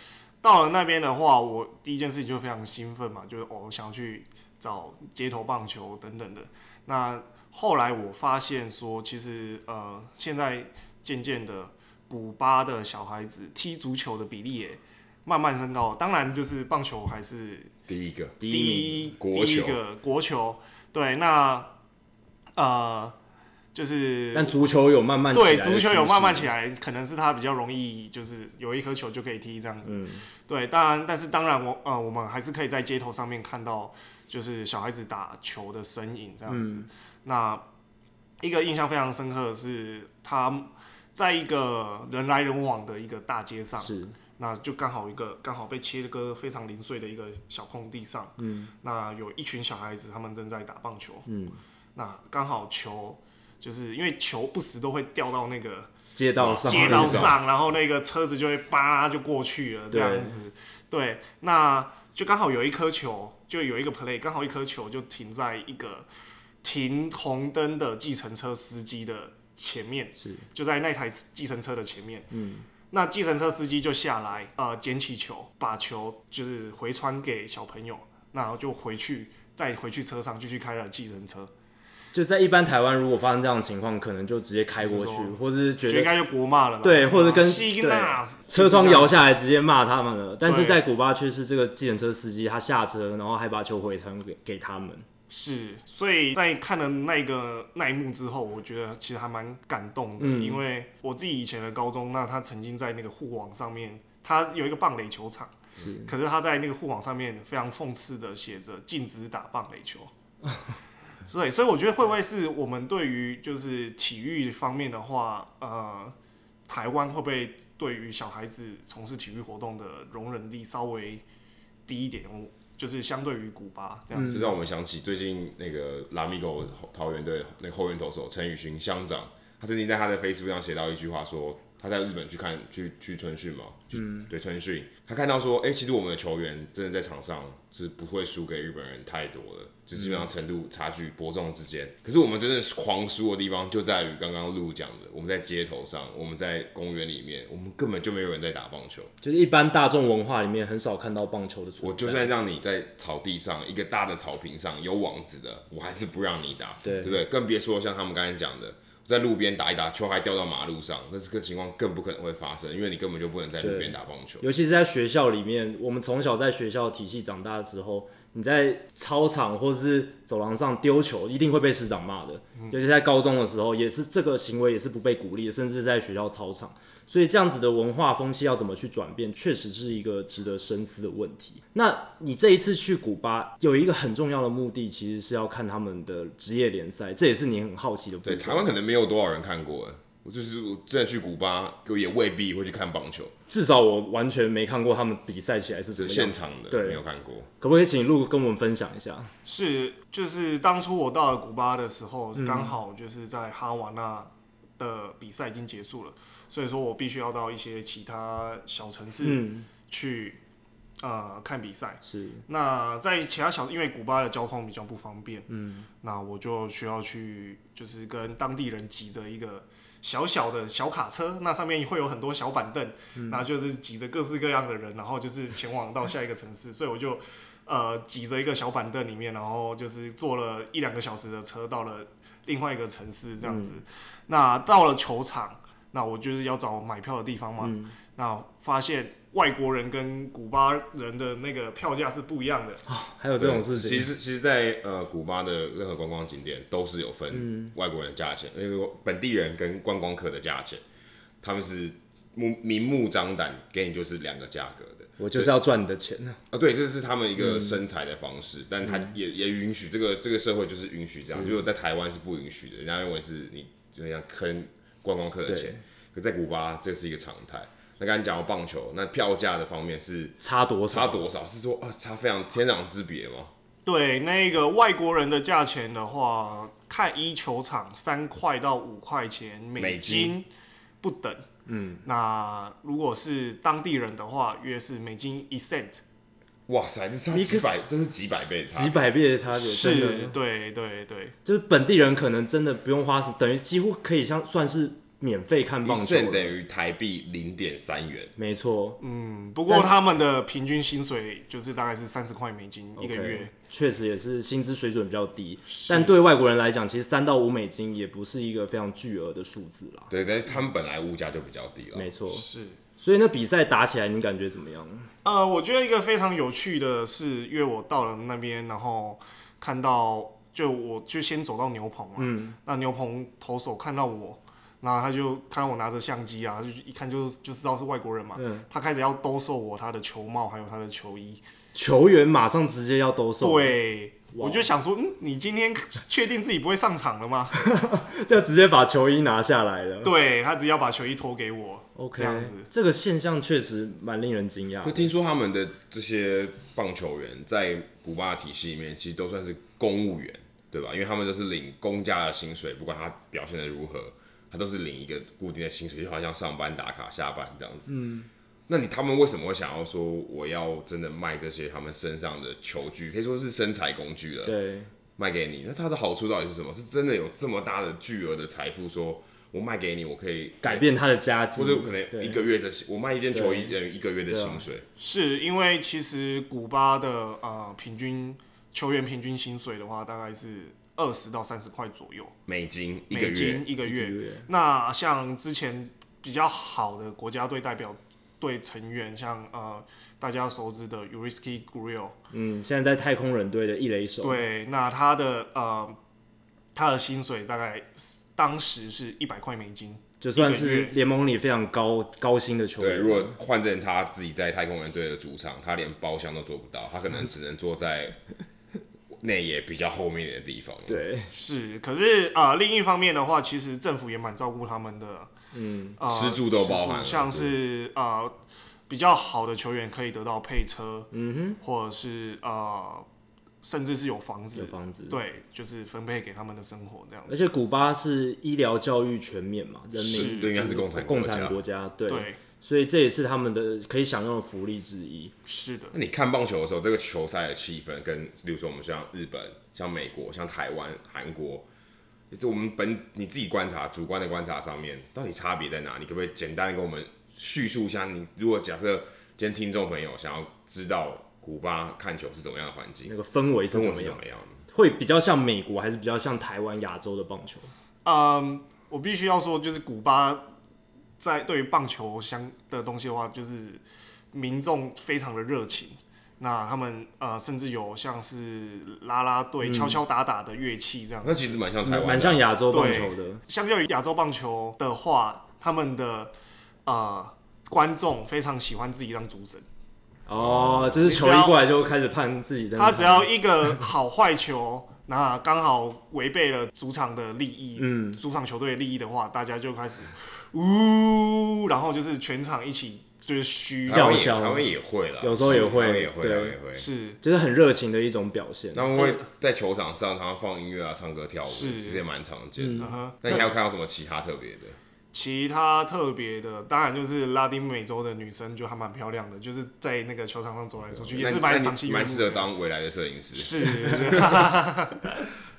Speaker 4: 到了那边的话，我第一件事情就非常兴奋嘛，就是哦，我想要去找街头棒球等等的。那后来我发现说，其实呃，现在渐渐的，古巴的小孩子踢足球的比例也慢慢升高。当然，就是棒球还是
Speaker 1: 第一个
Speaker 2: 第一名
Speaker 4: 第一
Speaker 1: 国
Speaker 4: 第一
Speaker 1: 球
Speaker 4: 个国球。对，那呃，就是
Speaker 2: 但足球有慢慢起来
Speaker 4: 对，
Speaker 2: 的
Speaker 4: 足球有慢慢
Speaker 2: 趋
Speaker 4: 起
Speaker 2: 势，
Speaker 4: 来，可能是他比较容易，就是有一颗球就可以踢这样
Speaker 2: 嗯
Speaker 4: 子。对，当然，但是当然我，呃，我们还是可以在街头上面看到，就是小孩子打球的身影这样子。
Speaker 2: 嗯
Speaker 4: 那一个印象非常深刻的是，他在一个人来人往的一个大街上，
Speaker 2: 是
Speaker 4: 那就刚好一个刚好被切割非常零碎的一个小空地上，嗯，那有一群小孩子，他们正在打棒球，嗯，那刚好球就是因为球不时都会掉到那个
Speaker 2: 街道上，
Speaker 4: 街道上，然后那个车子就会叭就过去了，这
Speaker 2: 对
Speaker 4: 样子，对，那就刚好有一颗球，就有一个 play，刚好一颗球就停在一个停红灯的计程车司机的前面，
Speaker 2: 是
Speaker 4: 就在那台计程车的前面。嗯，那计程车司机就下来，呃，捡起球，把球就是回传给小朋友，然后就回去，再回去车上继续开了计程车，
Speaker 2: 就在一般台湾，如果发生这样的情况，可能就直接开过去
Speaker 4: 没错，
Speaker 2: 或是
Speaker 4: 就
Speaker 2: 觉
Speaker 4: 应
Speaker 2: 得
Speaker 4: 该啊就国骂了吧，
Speaker 2: 对，或者跟
Speaker 4: 西纳
Speaker 2: 对车窗摇下来直接骂他们了。但是
Speaker 4: 对
Speaker 2: 在古巴却是这个计程车司机他下车，然后还把球回传给给他们。
Speaker 4: 是，所以在看了那个那一幕之后，我觉得其实还蛮感动的，因为我自己以前的高中，那他曾经在那个护网上面，他有一个棒垒球场，是，可是他在那个护网上面非常讽刺的写着禁止打棒垒球， [laughs] 所以所以我觉得会不会是我们对于就是体育方面的话，呃，台湾会不会对于小孩子从事体育活动的容忍力稍微低一点？我就是相对于古巴这样子。
Speaker 1: 这让我们想起最近那个拉米狗桃园队那个后援投手陈宇勋乡长，他曾经在他的 Facebook 上写到一句话说，他在日本去看去去春训嘛，嗯，对春训，他看到说，哎、其实我们的球员真的在场上是不会输给日本人太多的，就基本上程度差距伯仲之间。可是我们真的狂输的地方就在于刚刚陆讲的，我们在街头上，我们在公园里面，我们根本就没有人在打棒球。
Speaker 2: 就是一般大众文化里面很少看到棒球的存在。
Speaker 1: 我就算让你在草地上一个大的草坪上有网子的，我还是不让你打，
Speaker 2: 对
Speaker 1: 对不对？更别说像他们刚才讲的，在路边打一打，球还掉到马路上，那这个情况更不可能会发生，因为你根本就不能在路边打棒球。
Speaker 2: 尤其是在学校里面，我们从小在学校体系长大的时候，你在操场或是走廊上丢球，一定会被师长骂的。尤其在高中的时候，也是这个行为也是不被鼓励的，甚至在学校操场。所以这样子的文化风气要怎么去转变，确实是一个值得深思的问题。那你这一次去古巴，有一个很重要的目的，其实是要看他们的职业联赛，这也是你很好奇的部
Speaker 1: 对，
Speaker 2: 分。
Speaker 1: 台湾可能没有多少人看过，哎我就是我真的去古巴，我也未必会去看棒球，
Speaker 2: 至少我完全没看过他们比赛起来是什
Speaker 1: 是
Speaker 2: 么样
Speaker 1: 现
Speaker 2: 子
Speaker 1: 场的，
Speaker 2: 对
Speaker 1: 没有看过。
Speaker 2: 可不可以请陆跟我们分享一下？
Speaker 4: 是，就是当初我到了古巴的时候，刚、好就是在哈瓦那的比赛已经结束了，所以说我必须要到一些其他小城市
Speaker 2: 嗯，
Speaker 4: 去、呃看比赛。
Speaker 2: 是
Speaker 4: 那在其他小，因为古巴的交通比较不方便，嗯，那我就需要去，就是跟当地人挤着一个小小的小卡车，那上面会有很多小板凳，那就是挤着各式各样的人，然后就是前往到下一个城市，所以我就呃挤着一个小板凳里面，然后就是坐了一两个小时的车到了另外一个城市这样子。那到了球场，那我就是要找买票的地方嘛，那发现外国人跟古巴人的那个票价是不一样的。
Speaker 2: 还有这种事
Speaker 1: 其
Speaker 2: 情，
Speaker 1: 实其实在，呃古巴的任何观光景点都是有分外国人的价钱，那个本地人跟观光客的价钱，他们是目明目张胆给你就是两个价格的。
Speaker 2: 我就是要赚你的钱啊。
Speaker 1: 啊，对，这是他们一
Speaker 2: 嗯
Speaker 1: 个生财的方式，但他也也允许这个这个社会就是允许这样，就是在台湾是不允许的，人家认为是你就像坑观光客的钱，可在古巴这是一个常态。那刚才讲到棒球，那票价的方面是
Speaker 2: 差多
Speaker 1: 差
Speaker 2: 少？
Speaker 1: 多少？是说啊，差非常天壤之别吗？
Speaker 4: 对，那个外国人的价钱的话，看一球场三块到五块钱
Speaker 1: 美
Speaker 4: 美
Speaker 1: 金
Speaker 4: 金不等。嗯，那如果是当地人的话，约是美金一 cent。
Speaker 1: 哇塞，这差
Speaker 2: 一个
Speaker 1: 几百，这是几百倍的差，
Speaker 2: 几百倍的差别，真
Speaker 4: 是，
Speaker 2: 的
Speaker 4: 对对对，
Speaker 2: 就是本地人可能真的不用花什么，等于几乎可以像算是免费看
Speaker 1: 一
Speaker 2: 棒球
Speaker 1: 胜
Speaker 2: 了。
Speaker 1: 等于台币零点三元。
Speaker 2: 没错，
Speaker 4: 嗯，不过他们的平均薪水就是大概是三十块美金一个
Speaker 2: OK，
Speaker 4: 月。
Speaker 2: 确实也是薪资水准比较低，但对外国人来讲，其实三到五美金也不是一个非常巨额的数字啦。
Speaker 1: 对，但是他们本来物价就比较低了。
Speaker 2: 没错，
Speaker 4: 是。
Speaker 2: 所以那比赛打起来，你感觉怎么样？
Speaker 4: 呃，我觉得一个非常有趣的是，因为我到了那边，然后看到就我就先走到牛棚嘛，那牛棚投手看到我，然后他就看到我拿着相机啊，就一看就就知道是外国人嘛，他开始要兜售我他的球帽还有他的球衣，
Speaker 2: 球员马上直接要兜售，，
Speaker 4: 对。我就想说，嗯，你今天 [laughs] 确定自己不会上场了吗？ [laughs]
Speaker 2: 就直接把球衣拿下来了。
Speaker 4: 对他只要把球衣脱给我
Speaker 2: OK，
Speaker 4: 这样子，
Speaker 2: 这个现象确实蛮令人惊讶
Speaker 1: 会。听说他们的这些棒球员在古巴的体系里面，其实都算是公务员，对吧？因为他们都是领公家的薪水，不管他表现的如何，他都是领一个固定的薪水，就好像上班打卡、下班这样子。嗯，那你他们为什么会想要说我要真的卖这些他们身上的球具，可以说是生财工具了？
Speaker 2: 对，
Speaker 1: 卖给你，那它的好处到底是什么？是真的有这么大的巨额的财富说，我卖给你，我可以
Speaker 2: 改，变他的家境，
Speaker 1: 或者我可能
Speaker 2: 对
Speaker 1: 一个月的薪，我卖一件球衣，等于一个月的薪水。
Speaker 4: 是因为其实古巴的呃平均球员平均薪水的话，大概是二十到三十块左右，
Speaker 1: 美金一个
Speaker 4: 美
Speaker 1: 月
Speaker 4: 金，
Speaker 2: 一
Speaker 4: 一个
Speaker 2: 个
Speaker 4: 月。
Speaker 2: 月
Speaker 4: 那像之前比较好的国家队代表队成员，像呃大家熟知的 Uriski Gurriel，
Speaker 2: 嗯，现在在太空人队的一垒手，，
Speaker 4: 对，那他的呃他的薪水大概是当时是一百块美金，
Speaker 2: 就算
Speaker 4: 一个
Speaker 2: 是
Speaker 4: 月
Speaker 2: 联盟里非常高高薪的球
Speaker 1: 对，
Speaker 2: 员，
Speaker 1: 如果换成他自己在太空人队的主场，他连包厢都做不到，他可能只能坐在内野比较后面的地方。
Speaker 2: 对
Speaker 4: 是。可是啊、呃另一方面的话，其实政府也蛮照顾他们的，嗯，呃、
Speaker 1: 吃住都包含了
Speaker 4: 吃住像是呃比较好的球员可以得到配车，嗯哼，或者是呃甚至是有房子
Speaker 2: 有，房子，
Speaker 4: 对，就是分配给他们的生活这样
Speaker 2: 而
Speaker 4: 子。
Speaker 2: 且古巴是医疗教育全免嘛，人民
Speaker 1: 对，因为他是共产
Speaker 2: 共
Speaker 1: 国
Speaker 2: 产
Speaker 1: 家。
Speaker 2: 国家，对，
Speaker 4: 对，
Speaker 2: 所以这也是他们的可以享用的福利之一。
Speaker 4: 是的，
Speaker 1: 那你看棒球的时候，这个球赛的气氛跟，例如说我们像日本、像美国、像台湾、韩国，就我们本你自己观察、主观的观察上面，到底差别在哪？你可不可以简单的跟我们叙述一下？你如果假设今天听众朋友想要知道古巴看球是怎么样的环境
Speaker 2: 那，个氛围是
Speaker 1: 生
Speaker 2: 怎
Speaker 1: 活
Speaker 2: 么
Speaker 1: 是怎
Speaker 2: 样？
Speaker 1: 么样的？
Speaker 2: 会比较像美国，还是比较像台湾、亚洲的棒球？
Speaker 4: 嗯，我必须要说，就是古巴在对于棒球相的东西的话，就是民众非常的热情，那他们呃，甚至有像是啦啦队、敲敲打打的乐器这样。
Speaker 1: 那其实蛮像台湾的啊，
Speaker 2: 蛮像亚洲棒
Speaker 4: 对
Speaker 2: 球的，
Speaker 4: 相较于亚洲棒球的话，他们的呃观众非常喜欢自己当主审，
Speaker 2: 哦，就是球一过来就开始判自己在那
Speaker 4: 他
Speaker 2: 边
Speaker 4: 啊只要一个好坏球， [laughs] 那刚好违背了主场的利益，
Speaker 2: 嗯
Speaker 4: 主场球队的利益的话，大家就开始呜，然后就是全场一起就是嘘，
Speaker 1: 台湾也
Speaker 2: 叫嚣
Speaker 1: 台湾也会啦，
Speaker 2: 有时候也会
Speaker 1: 台湾也会，
Speaker 2: 对
Speaker 1: 台湾也会。
Speaker 4: 是
Speaker 2: 就是很热情的一种表现。
Speaker 1: 那会在球场上，他放音乐啊、唱歌、跳舞，
Speaker 4: 是
Speaker 1: 其实也蛮常见的
Speaker 4: 嗯哼。
Speaker 1: 那你还有看到什么其他特别的？
Speaker 4: 其他特别的，当然就是拉丁美洲的女生就还蛮漂亮的，就是在那个球场上走来走去，也
Speaker 1: 那
Speaker 4: 是
Speaker 1: 你
Speaker 4: 蛮
Speaker 1: 嗯那
Speaker 4: 赏
Speaker 1: 你
Speaker 4: 心悦
Speaker 1: 蛮
Speaker 4: 目
Speaker 1: 适
Speaker 4: 的。
Speaker 1: 合当未来的摄影
Speaker 2: 啊
Speaker 1: 师。
Speaker 4: 是，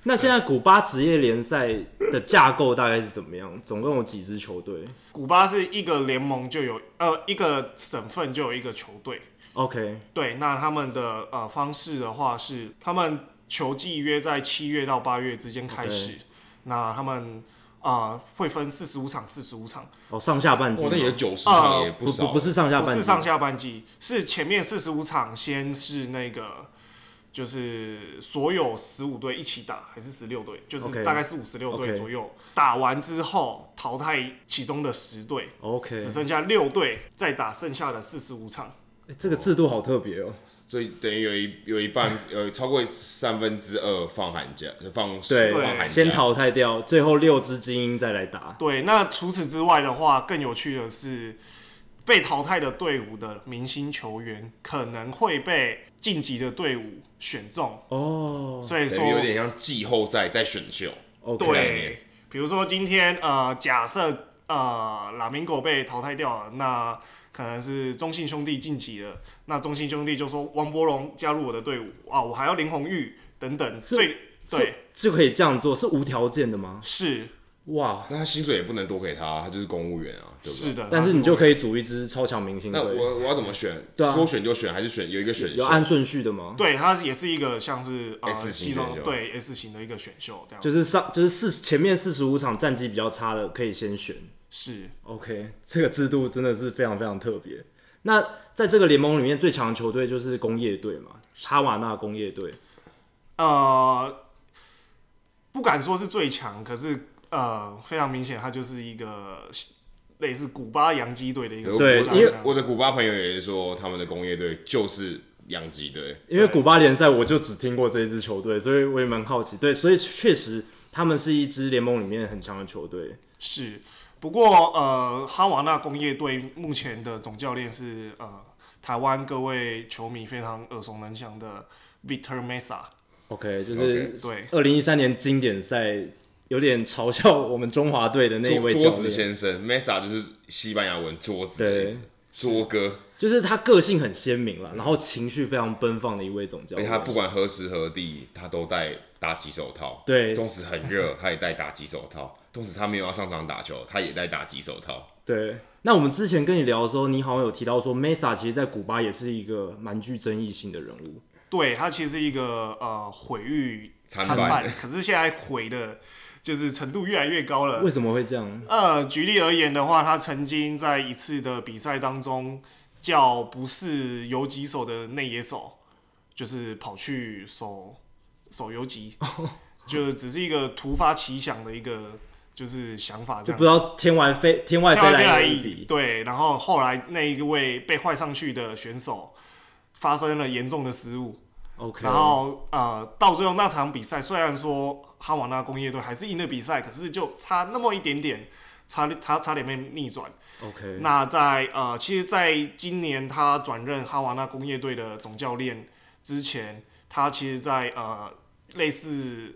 Speaker 2: 那现在古巴职业联赛的架构大概是怎么样？总共有几支球队
Speaker 4: 古巴是一个联盟就有呃一个省份就有一个球队，
Speaker 2: ？OK，
Speaker 4: 对，那他们的呃方式的话是，他们球季约在七月到八月之间开始那他们啊、呃会分四十五场四十五场，
Speaker 2: 哦，上下半季
Speaker 1: 哇
Speaker 2: 吗，，
Speaker 1: 那也九十
Speaker 4: 啊
Speaker 1: 场也
Speaker 2: 不
Speaker 1: 少，
Speaker 2: 不不是上下
Speaker 4: 不
Speaker 2: 半
Speaker 4: 是
Speaker 2: 季，
Speaker 4: 上下半季，是前面四十五场先是那个。就是所有十五队一起打，还是十六队？就
Speaker 2: OK
Speaker 4: 是大概是五十六队
Speaker 2: OK
Speaker 4: 左右。打完之后淘汰其中的十队，
Speaker 2: OK，
Speaker 4: 只剩下六队再打剩下的四十五场。
Speaker 2: 欸这个制度好特别哦。
Speaker 1: 所以等于有一有一半有超过三分之二放寒假，放
Speaker 2: 对
Speaker 1: 放寒假，
Speaker 2: 先淘汰掉，最后六支精英再来打。
Speaker 4: 对，那除此之外的话，更有趣的是，被淘汰的队伍的明星球员可能会被晋级的队伍选中，
Speaker 2: 哦
Speaker 4: 所以
Speaker 1: 等于有点
Speaker 4: 说
Speaker 1: 像季后赛在选秀。
Speaker 2: ，OK，
Speaker 1: 概念
Speaker 4: 对，比如说今天呃，假设呃拉明狗被淘汰掉了，那可能是中信兄弟晋级了，那中信兄弟就说王柏荣加入我的队伍啊，我还要林红玉等等，
Speaker 2: 是
Speaker 4: 最对
Speaker 2: 是就可以这样做，是无条件的吗？
Speaker 4: 是
Speaker 2: 哇！
Speaker 1: 那他薪水也不能多给他，他就是公务员啊，对不对？
Speaker 4: 是的，
Speaker 2: 但是你就
Speaker 4: 以
Speaker 2: 可以组一支超强明星
Speaker 1: 那
Speaker 2: 队，
Speaker 1: 我我要怎么选？
Speaker 2: 对啊
Speaker 1: 说选就选，还是选有一个选
Speaker 2: 有
Speaker 1: 秀？
Speaker 2: 按顺序的吗？
Speaker 4: 对，它也是一个像是呃
Speaker 1: S 型
Speaker 4: 其中
Speaker 1: 选秀
Speaker 4: 对 S 型的一个选秀这样，
Speaker 2: 就是上就是四前面四十五场战绩比较差的可以先选。
Speaker 4: 是
Speaker 2: OK，这个制度真的是非常非常特别。那在这个联盟里面最强的球队就是工业队嘛，哈瓦那工业队。
Speaker 4: 呃，不敢说是最强，可是呃，非常明显，它就是一个类似古巴洋基队的一个
Speaker 1: 我
Speaker 2: 对
Speaker 1: 我
Speaker 2: 因为
Speaker 1: 我的古巴朋友也是说，他们的工业队就是洋基队，
Speaker 2: 因为古巴联赛我就只听过这一支球队，所以我也蛮好奇。对，所以确实他们是一支联盟里面很强的球队。
Speaker 4: 是。不过呃，哈瓦那工业队目前的总教练是呃台湾各位球迷非常耳熟能详的 Victor Mesa，
Speaker 2: OK，就是
Speaker 4: OK，
Speaker 2: 二零一三年经典赛有点嘲笑我们中华队的那一
Speaker 1: 桌
Speaker 2: 位
Speaker 1: 桌
Speaker 2: 教
Speaker 1: 子
Speaker 2: 练，
Speaker 1: 先生，Mesa 就是西班牙文桌子的意
Speaker 2: 对
Speaker 1: 思，，桌哥，
Speaker 2: 就是他个性很鲜明了，然后情绪非常奔放的一位总教
Speaker 1: 而且
Speaker 2: 练。
Speaker 1: 哎他不管何时何地，他都戴打击手套，
Speaker 2: 对
Speaker 1: 同时很热，他也戴打击手套，同时他没有要上场打球，他也戴打击手套。
Speaker 2: 对，那我们之前跟你聊的时候，你好像有提到说，Mesa 其实在古巴也是一个蛮具争议性的人物。
Speaker 4: 对，它其实是一个呃毁誉
Speaker 1: 参
Speaker 4: 参
Speaker 1: 半
Speaker 4: 半，可是现在毁的就是程度越来越高了
Speaker 2: 为。什么会这样？
Speaker 4: 呃，举例而言的话，他曾经在一次的比赛当中，叫不是游击手的内野手，就是跑去守守
Speaker 2: [laughs]
Speaker 4: 游击，就只是一个突发奇想的一个就是想法这
Speaker 2: 就
Speaker 4: 样
Speaker 2: 不知。道天外飞天外飞
Speaker 4: 跳
Speaker 2: 来一
Speaker 4: 一
Speaker 2: 笔。
Speaker 4: 对，然后后来那一位被换上去的选手发生了严重的失误，
Speaker 2: OK，
Speaker 4: 然后呃，到最后那场比赛，虽然说哈瓦那工业队还是赢了比赛，可是就差那么一点点，差差差点被逆转。
Speaker 2: OK，
Speaker 4: 那在呃，其实，在今年他转任哈瓦那工业队的总教练之前，他其实在，呃类似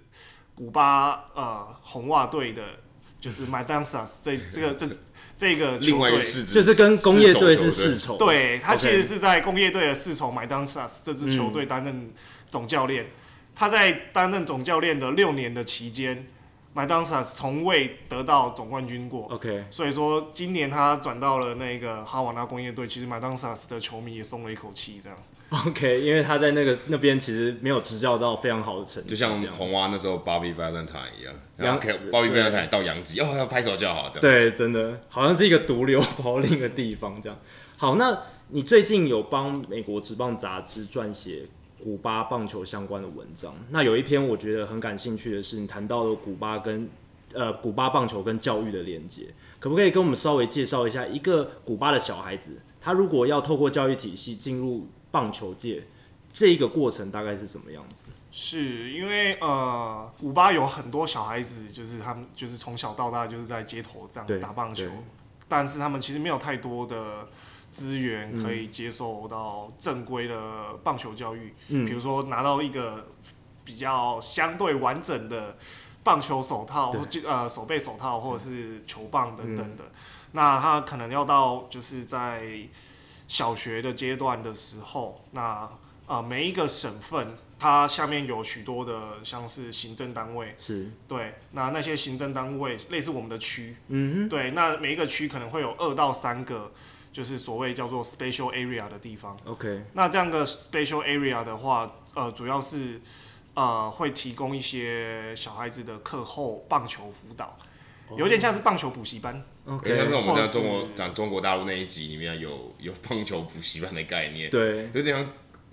Speaker 4: 古巴呃红袜队的，就是麦当萨斯这这个这这个球
Speaker 1: 另外一
Speaker 4: 队
Speaker 1: 个。市值
Speaker 2: 就是跟工业队是
Speaker 1: 世
Speaker 2: 世
Speaker 1: 仇
Speaker 2: 仇。
Speaker 4: 对他
Speaker 2: OK
Speaker 4: 其实是在工业队的世仇麦当萨斯这支球队担任总教练。他在担任总教练的六年的期间，麦当萨斯从未得到总冠军过。
Speaker 2: OK，
Speaker 4: 所以说，今年他转到了那个哈瓦那工业队，其实麦当萨斯的球迷也松了一口气。这样
Speaker 2: OK，因为他在那个那边其实没有执教到非常好的成绩，
Speaker 1: 就像
Speaker 2: 这样
Speaker 1: 红蛙那时候 Bobby Valentine 一样，然
Speaker 2: 洋
Speaker 1: 后 Bobby Valentine 到洋基，哦，要拍手叫好这样。
Speaker 2: 对，真的好像是一个毒瘤跑令的地方这样。好，那你最近有帮美国职棒杂志撰写古巴棒球相关的文章，那有一篇我觉得很感兴趣的是，你谈到了古巴跟呃古巴棒球跟教育的连接，可不可以跟我们稍微介绍一下，一个古巴的小孩子，他如果要透过教育体系进入棒球界，这个过程大概是怎么样子？
Speaker 4: 是因为呃，古巴有很多小孩子，就是他们就是从小到大就是在街头这
Speaker 2: 对
Speaker 4: 样打棒球
Speaker 2: 对，
Speaker 4: 但是他们其实没有太多的资源
Speaker 2: 嗯
Speaker 4: 可以接受到正规的棒球教育，比
Speaker 1: 嗯
Speaker 4: 如说拿到一个比较相对完整的棒球手套或就呃手背手套或者是球棒等等的，那他可能要到就是在小学的阶段的时候，那呃每一个省份它下面有许多的像是行政单位，
Speaker 2: 是
Speaker 4: 对，那那些行政单位类似我们的区，嗯对，那每一个区可能会有二到三个，就是所谓叫做 special area 的地方。
Speaker 2: OK，
Speaker 4: 那这样的 special area 的话，呃，主要是呃会提供一些小孩子的课后棒球辅导，
Speaker 2: 哦
Speaker 4: 有点像是棒球补习班。
Speaker 1: 因为
Speaker 2: OK，
Speaker 1: 像是我们在中
Speaker 4: 或
Speaker 1: 国
Speaker 4: 是
Speaker 1: 讲中国大陆那一集里面有有棒球补习班的概念，，
Speaker 2: 对，
Speaker 1: 有点像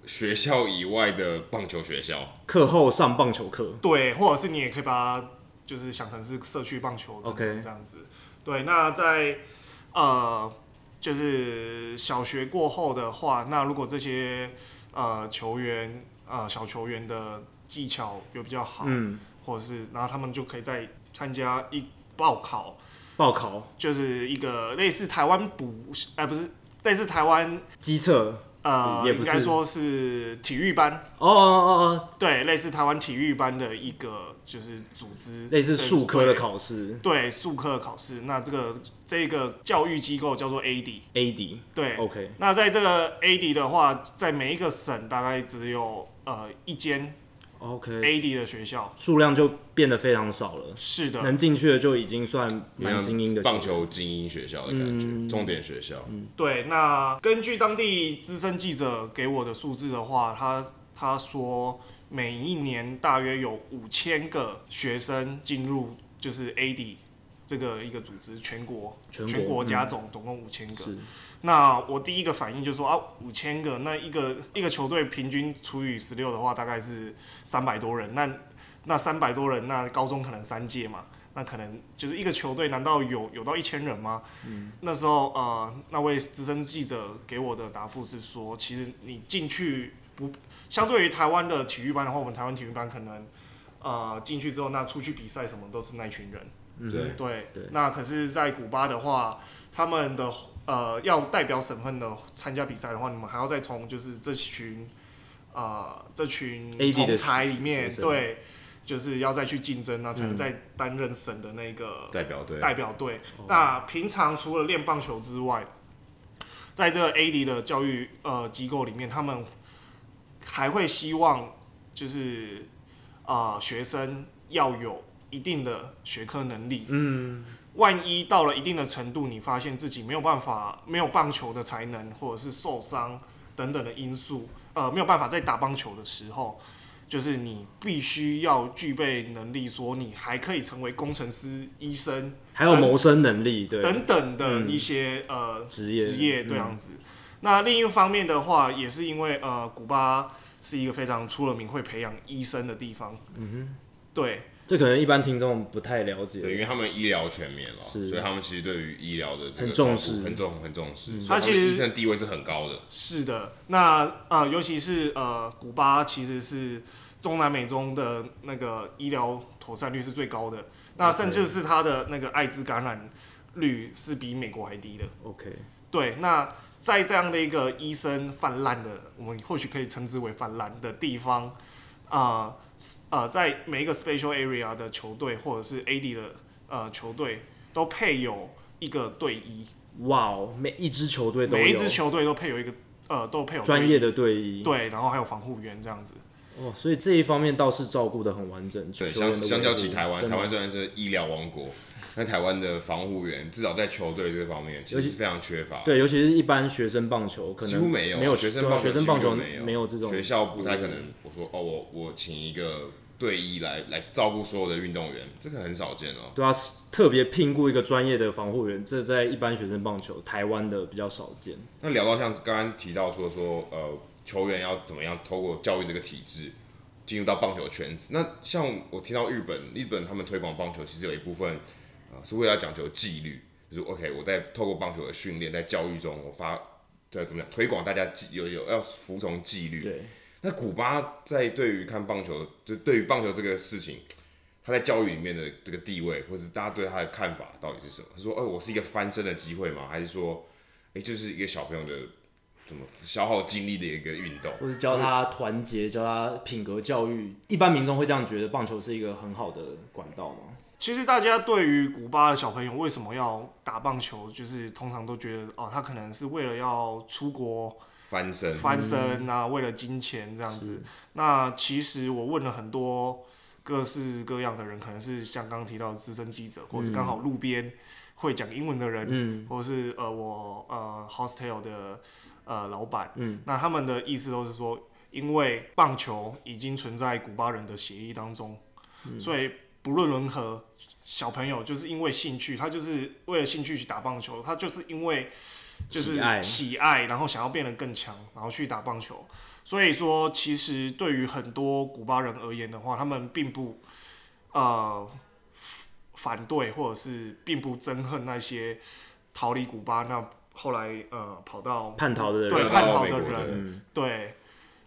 Speaker 1: 学校以外的棒球学校，
Speaker 2: 课后上棒球课，
Speaker 4: 对，或者是你也可以把它就是想成是社区棒球等等
Speaker 2: OK
Speaker 4: 这样子。对，那在呃就是小学过后的话，那如果这些呃球员呃小球员的技巧有比较好，
Speaker 2: 嗯，
Speaker 4: 或者是然后他们就可以再参加一报考，
Speaker 2: 报考、
Speaker 4: 就是一个类似台湾补呃不是类似台湾
Speaker 2: 机测，
Speaker 4: 呃
Speaker 2: 也不
Speaker 4: 应该
Speaker 2: 是
Speaker 4: 说是体育班。
Speaker 2: 哦哦哦哦，
Speaker 4: 对，类似台湾体育班的一个就是组织，
Speaker 2: 类似数科的
Speaker 4: 对
Speaker 2: 考试
Speaker 4: 对术科考试，那这个这个教育机构叫做 AD，
Speaker 2: ，AD，
Speaker 4: 对
Speaker 2: OK
Speaker 4: 那在这个 AD 的话，在每一个省大概只有呃一间
Speaker 2: OK，
Speaker 4: AD 的学校，
Speaker 2: 数量就变得非常少了，
Speaker 4: 是的，
Speaker 2: 能进去的就已经算蛮精英的
Speaker 1: 啊
Speaker 2: 嗯
Speaker 1: 棒球精英学校的感觉，重点学校。
Speaker 4: 对。那根据当地资深记者给我的数字的话，他他说每一年大约有五千个学生进入就是 AD 这个一个组织，全国
Speaker 2: 全国嗯
Speaker 4: 国家总、总共五千个，
Speaker 2: 是
Speaker 4: 那我第一个反应就说啊，五千个，那一个一个球队平均除以十六的话，大概是三百多人。那那三百多人，那高中可能三届嘛，那可能就是一个球队，难道有有到一千人吗？嗯、那时候呃，那位资深记者给我的答复是说，其实你进去不相对于台湾的体育班的话，我们台湾体育班可能呃进去之后，那出去比赛什么都是那一群人。
Speaker 2: 嗯
Speaker 1: 对，
Speaker 4: 对，
Speaker 2: 对
Speaker 4: 那可是，在古巴的话，他们的呃要代表省份的参加比赛的话，你们还要再从就是这群呃这群
Speaker 2: AD 的
Speaker 4: 同才里面
Speaker 2: 学，生嗯
Speaker 4: 对，就是要再去竞争那才能再担任省的那个
Speaker 1: 代表队，
Speaker 4: 代表队。那平常除了练棒球之外，在这个 AD 的教育呃机构里面，他们还会希望就是呃学生要有一定的学科能力。嗯，万一到了一定的程度，你发现自己没有办法没有棒球的才能，或者是受伤等等的因素，呃，没有办法再打棒球的时候。就是你必须要具备能力，说你还可以成为工程师、医生，
Speaker 2: 还有谋生能力，对，嗯
Speaker 4: 等等的一些、呃
Speaker 2: 职业嗯
Speaker 4: 职业
Speaker 1: 啊
Speaker 4: 这样子。那另一方面的话，也是因为呃，古巴是一个非常出了名会培养医生的地方。嗯哼，对
Speaker 2: 这可能一般听众不太了
Speaker 1: 对，因
Speaker 2: 解，
Speaker 1: 为他们医疗全面了，所
Speaker 2: 是
Speaker 1: 以他们其实对于医疗的这个
Speaker 2: 很重
Speaker 1: 照顾
Speaker 2: 视嗯
Speaker 1: 很重很重视。所以
Speaker 4: 他
Speaker 1: 们
Speaker 4: 其实
Speaker 1: 医生的地位是很高的，
Speaker 4: 是的。那呃，尤其是呃，古巴其实是中南美中的那个医疗妥善率是最高的，那甚至是它的那个艾滋感染率是比美国还低的。
Speaker 2: ，OK，
Speaker 4: 对，那在这样的一个医生泛滥的，我们或许可以称之为泛滥的地方，啊、呃，在每一个 special area 的球队或者是 AD 的呃球队都配有一个队医，
Speaker 2: 哇哦，每一支球队都
Speaker 4: 每一支
Speaker 2: 有
Speaker 4: 球队都配有一个呃都配有
Speaker 2: 专业
Speaker 4: 的
Speaker 2: 的队医，
Speaker 4: 对，然后还有防护员这样子。
Speaker 2: 哦，所以这一方面倒是照顾的很完整，
Speaker 1: 对，
Speaker 2: 球员
Speaker 1: 相
Speaker 2: 的
Speaker 1: 相较起
Speaker 2: 维护
Speaker 1: 台湾，
Speaker 2: 真
Speaker 1: 台
Speaker 2: 的
Speaker 1: 湾虽然是医疗王国，但台湾的防护员至少在球队这方面其实是非常缺乏。
Speaker 2: 对，尤其是一般学生棒球，可能
Speaker 1: 几乎没有，
Speaker 2: 没有
Speaker 1: 学生
Speaker 2: 对啊
Speaker 1: 棒球
Speaker 2: 学生
Speaker 1: 几乎
Speaker 2: 棒球
Speaker 1: 没有
Speaker 2: 没有这种
Speaker 1: 学校不太可能。我说哦，我我请一个队医来来照顾所有的运动员，这个很少见哦。
Speaker 5: 对啊，特别聘雇一个专业的防护员，这在一般学生棒球台湾的比较少见。
Speaker 1: 那聊到像刚刚提到说说呃球员要怎么样透过教育这个体制进入到棒球圈子，那像我听到日本日本他们推广棒球，其实有一部分呃是为了讲求纪律，就是 OK 我在透过棒球的训练，在教育中我发对怎么样推广大家纪有有要服从纪律，
Speaker 5: 对，
Speaker 1: 那古巴在对于看棒球，就对于棒球这个事情，他在教育里面的这个地位，或是大家对他的看法到底是什么？是说，哦，我是一个翻身的机会吗？还是说，哎、就是一个小朋友的怎么消耗精力的一个运动？
Speaker 5: 或是教他团结，教他品格教育，一般民众会这样觉得棒球是一个很好的管道吗？
Speaker 4: 其实大家对于古巴的小朋友为什么要打棒球，就是通常都觉得哦，他可能是为了要出国
Speaker 1: 翻身，
Speaker 4: 翻身啊，为了金钱这样子。那其实我问了很多各式各样的人，可能是像刚刚提到的资深记者，或是刚好路边会讲英文的人，
Speaker 5: 嗯，
Speaker 4: 或是呃我呃 hostel 的呃老板，
Speaker 5: 嗯，
Speaker 4: 那他们的意思都是说，因为棒球已经存在古巴人的协议当中，
Speaker 2: 嗯
Speaker 4: 所以不论如何，小朋友就是因为兴趣，他就是为了兴趣去打棒球，他就是因为就是
Speaker 2: 喜爱
Speaker 4: 喜爱，然后想要变得更强，然后去打棒球。所以说，其实对于很多古巴人而言的话，他们并不呃反对，或者是并不憎恨那些逃离古巴，那后来呃跑到
Speaker 5: 叛逃的人，
Speaker 4: 对
Speaker 1: 到
Speaker 4: 叛逃
Speaker 1: 美
Speaker 4: 的
Speaker 1: 国的
Speaker 4: 人，对，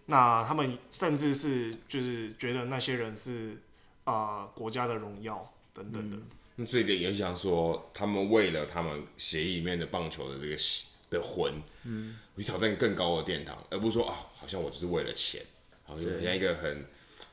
Speaker 4: 那他们甚至是就是觉得那些人是呃国家的荣耀等等的，
Speaker 1: 那所以就影响说，他们为了他们协议里面的棒球的这个喜的魂，嗯，去挑战更高的殿堂，而不是说啊，好像我就是为了钱，好像像一个很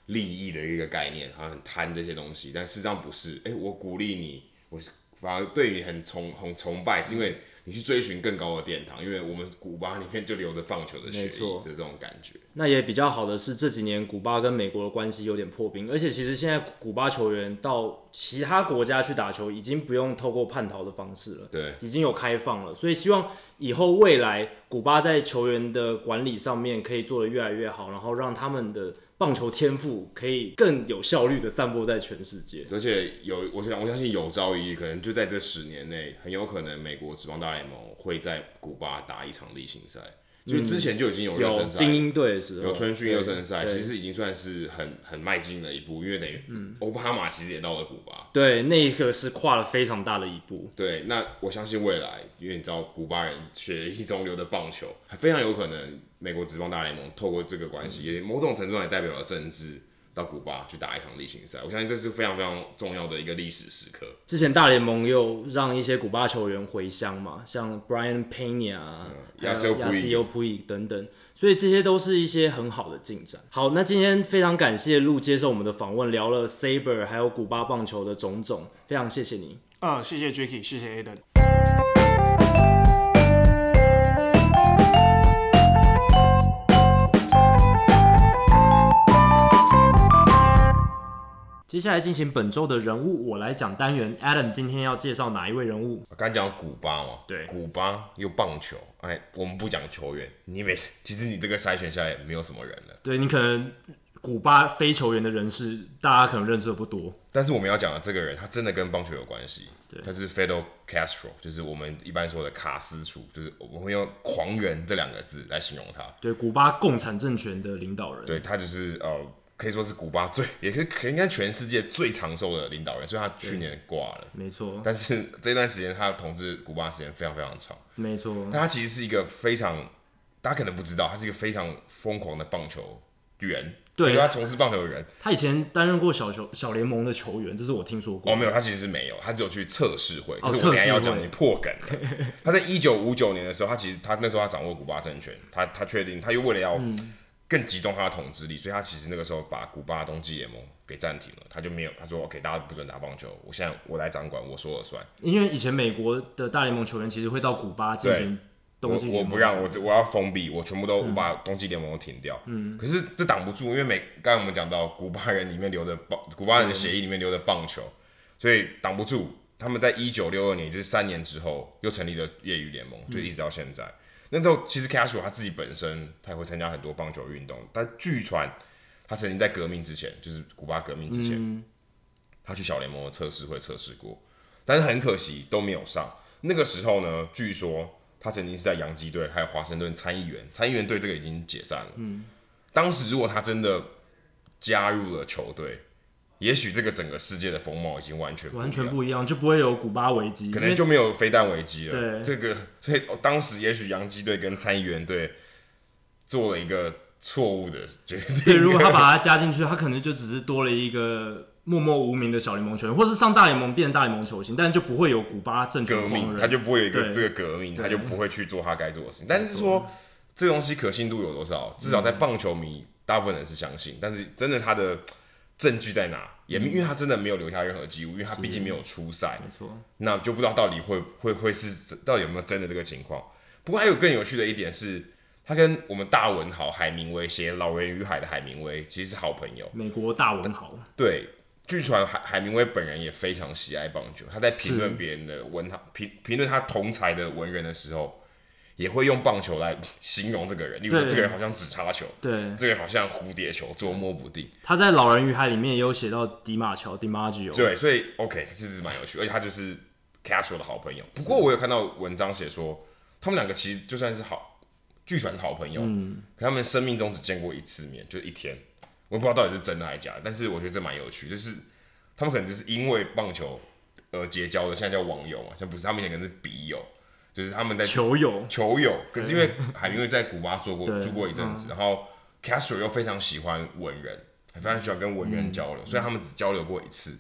Speaker 1: 利益的一个概念，好像很贪这些东西，但事实上不是。哎、我鼓励你，我反而对你很崇很崇拜，是
Speaker 5: 嗯
Speaker 1: 因为你去追寻更高的殿堂，因为我们古巴里面就留着棒球的血
Speaker 5: 没
Speaker 1: 液
Speaker 5: 错
Speaker 1: 的这种感觉。
Speaker 5: 那也比较好的是，这几年古巴跟美国的关系有点破冰，而且其实现在古巴球员到其他国家去打球，已经不用透过叛逃的方式了，
Speaker 1: 对，
Speaker 5: 已经有开放了。所以希望以后未来古巴在球员的管理上面可以做得越来越好，然后让他们的棒球天赋可以更有效率的散播在全世界。
Speaker 1: 而且有，我想我相信有朝一日，可能就在这十年内，很有可能美国职棒大联盟会在古巴打一场例行赛。就之前就已经有热
Speaker 5: 嗯有
Speaker 1: 身
Speaker 5: 精
Speaker 1: 赛，
Speaker 5: 英队的时候，
Speaker 1: 有春训
Speaker 5: 对
Speaker 1: 热身赛，
Speaker 5: 对
Speaker 1: 其实已经算是很很迈进了一步，因为等于
Speaker 5: 嗯
Speaker 1: 奥巴马其实也到了古巴。
Speaker 5: 对那一个是跨了非常大的一步。
Speaker 1: 对，那我相信未来，因为你知道古巴人学一中流的棒球，还非常有可能美国职棒大联盟透过这个关
Speaker 5: 嗯
Speaker 1: 系，也某种程度上也代表了政治到古巴去打一场例行赛。我相信这是非常非常重要的一个历史时刻。
Speaker 5: 之前大联盟又让一些古巴球员回乡嘛，像 Brian Pena 啊、
Speaker 1: 亚
Speaker 5: 亚
Speaker 1: 瑟普伊
Speaker 5: 西欧普伊等等，所以这些都是一些很好的进展。好，那今天非常感谢陆接受我们的访问，聊了 Saber 还有古巴棒球的种种，非常谢谢你。
Speaker 4: 嗯，谢谢 Jacky，谢谢 Aden。
Speaker 5: 接下来进行本周的人物我来讲单元，Adam 今天要介绍哪一位人物？
Speaker 1: 我啊刚讲古巴嘛，
Speaker 5: 对
Speaker 1: 古巴又棒球，哎，我们不讲球员，你每次其实你这个筛选下来没有什么人了，
Speaker 2: 对你可能古巴非球员的人士，大家可能认识的不多。
Speaker 1: 但是我们要讲的这个人，他真的跟棒球有关系，他是 Fidel Castro，就是我们一般说的卡斯楚，就是我们会用“狂人”这两个字来形容他，
Speaker 2: 对，古巴共产政权的领导人。
Speaker 1: 对他就是呃，可以说是古巴最，也可以可应该全世界最长寿的领导人，所以他去年挂了，
Speaker 2: 没错，
Speaker 1: 但是这段时间他统治古巴时间非常非常长，
Speaker 2: 没错。
Speaker 1: 但他其实是一个非常，大家可能不知道，他是一个非常疯狂的棒球员。
Speaker 2: 对
Speaker 1: 因为他从事棒球的人
Speaker 2: 他以前担任过小球小联盟的球员，这是我听说过。
Speaker 1: 哦，没有，他其实没有，他只有去测试会，这是
Speaker 2: 哦
Speaker 1: 我等一下要
Speaker 2: 测试
Speaker 1: 讲
Speaker 2: 会
Speaker 1: 你破梗
Speaker 2: [laughs]
Speaker 1: 了。他在一九五九年的时候，他其实他那时候他掌握古巴政权，他他确定，他又为了要
Speaker 2: 嗯
Speaker 1: 更集中他的统治力，所以他其实那个时候把古巴冬季联盟给暂停了，他就没有，他说 OK，大家不准打棒球，我现在我来掌管，我说了算，
Speaker 2: 因为以前美国的大联盟球员其实会到古巴进行冬
Speaker 1: 我
Speaker 2: 季
Speaker 1: 我
Speaker 2: 联盟嗯
Speaker 1: 不让我我要封闭，我全部都我把冬季联盟都停掉。嗯，可是这挡不住，因为每刚才我们讲到古巴人里面留的棒，古巴人的协议里面留的棒球，所以挡不住。他们在一九六二年，也就是三年之后，又成立了业余联盟，就
Speaker 2: 嗯
Speaker 1: 一直到现在。那时候其实 Castro 他自己本身，他也会参加很多棒球运动，但据传他曾经在革命之前，就是古巴革命之前，
Speaker 2: 嗯
Speaker 1: 他去小联盟的测试会测试过，但是很可惜都没有上。那个时候呢，据说他曾经是在洋基队还有华盛顿参议员，参议员队这个已经解散了。嗯，当时如果他真的加入了球队，也许这个整个世界的风貌已经完全不一样
Speaker 2: 完全不一样，就不会有古巴危机，
Speaker 1: 可
Speaker 2: 因
Speaker 1: 能
Speaker 2: 为
Speaker 1: 就没有飞弹危机了。
Speaker 2: 对
Speaker 1: 这个，所以哦当时也许洋基队跟参议员队做了一个错误的决定。 [laughs]
Speaker 2: 对，如果他把它加进去，他可能就只是多了一个默默无名的小联盟球员，或是上大联盟变成大联盟球星，但就不会有古巴政权
Speaker 1: 革
Speaker 2: 狂
Speaker 1: 命，
Speaker 2: 人。
Speaker 1: 他就不会有一个
Speaker 2: 对
Speaker 1: 这个革命，他就不会去做他该做的事情。但是说这东西可信度有多少？至少在棒球迷大部分人是相信，但是真的他的证据在哪？也因为他真的没有留下任何记录，因为他毕竟没有出赛，
Speaker 2: 没错，
Speaker 1: 那就不知道到底会会会是到底有没有真的这个情况。不过还有更有趣的一点是，他跟我们大文豪海明威写《老人与海》的海明威其实是好朋友。
Speaker 2: 美国大文豪，
Speaker 1: 对，据传海海明威本人也非常喜爱棒球，他在评论别人的文评评论他同才的文人的时候，也会用棒球来 [laughs] 形容这个人，例如说
Speaker 2: 对
Speaker 1: 这个人好像只插球，
Speaker 2: 对，
Speaker 1: 这个人好像蝴蝶球，捉摸不定。
Speaker 2: 他在《老人与海》里面也有写到迪马乔 （DiMaggio），，
Speaker 1: 对，所以 OK，其实是蛮有趣，而且他就是 Castro 的好朋友。不过我有看到文章写说，他们两个其实就算是好，据传是好朋友，可他们生命中只见过一次面，就一天。我也不知道到底是真的还是假的，但是我觉得这蛮有趣，就是他们可能就是因为棒球而结交的，现在叫网友嘛，像不是他们以前可能是笔友，就是他们在
Speaker 2: 球友，
Speaker 1: 球友，可是因为海明威在古巴做过
Speaker 2: 对嗯
Speaker 1: 住过一阵子，然后 Castro 又非常喜欢文人，非常喜欢跟文人交
Speaker 2: 嗯
Speaker 1: 流，虽然他们只交流过一次，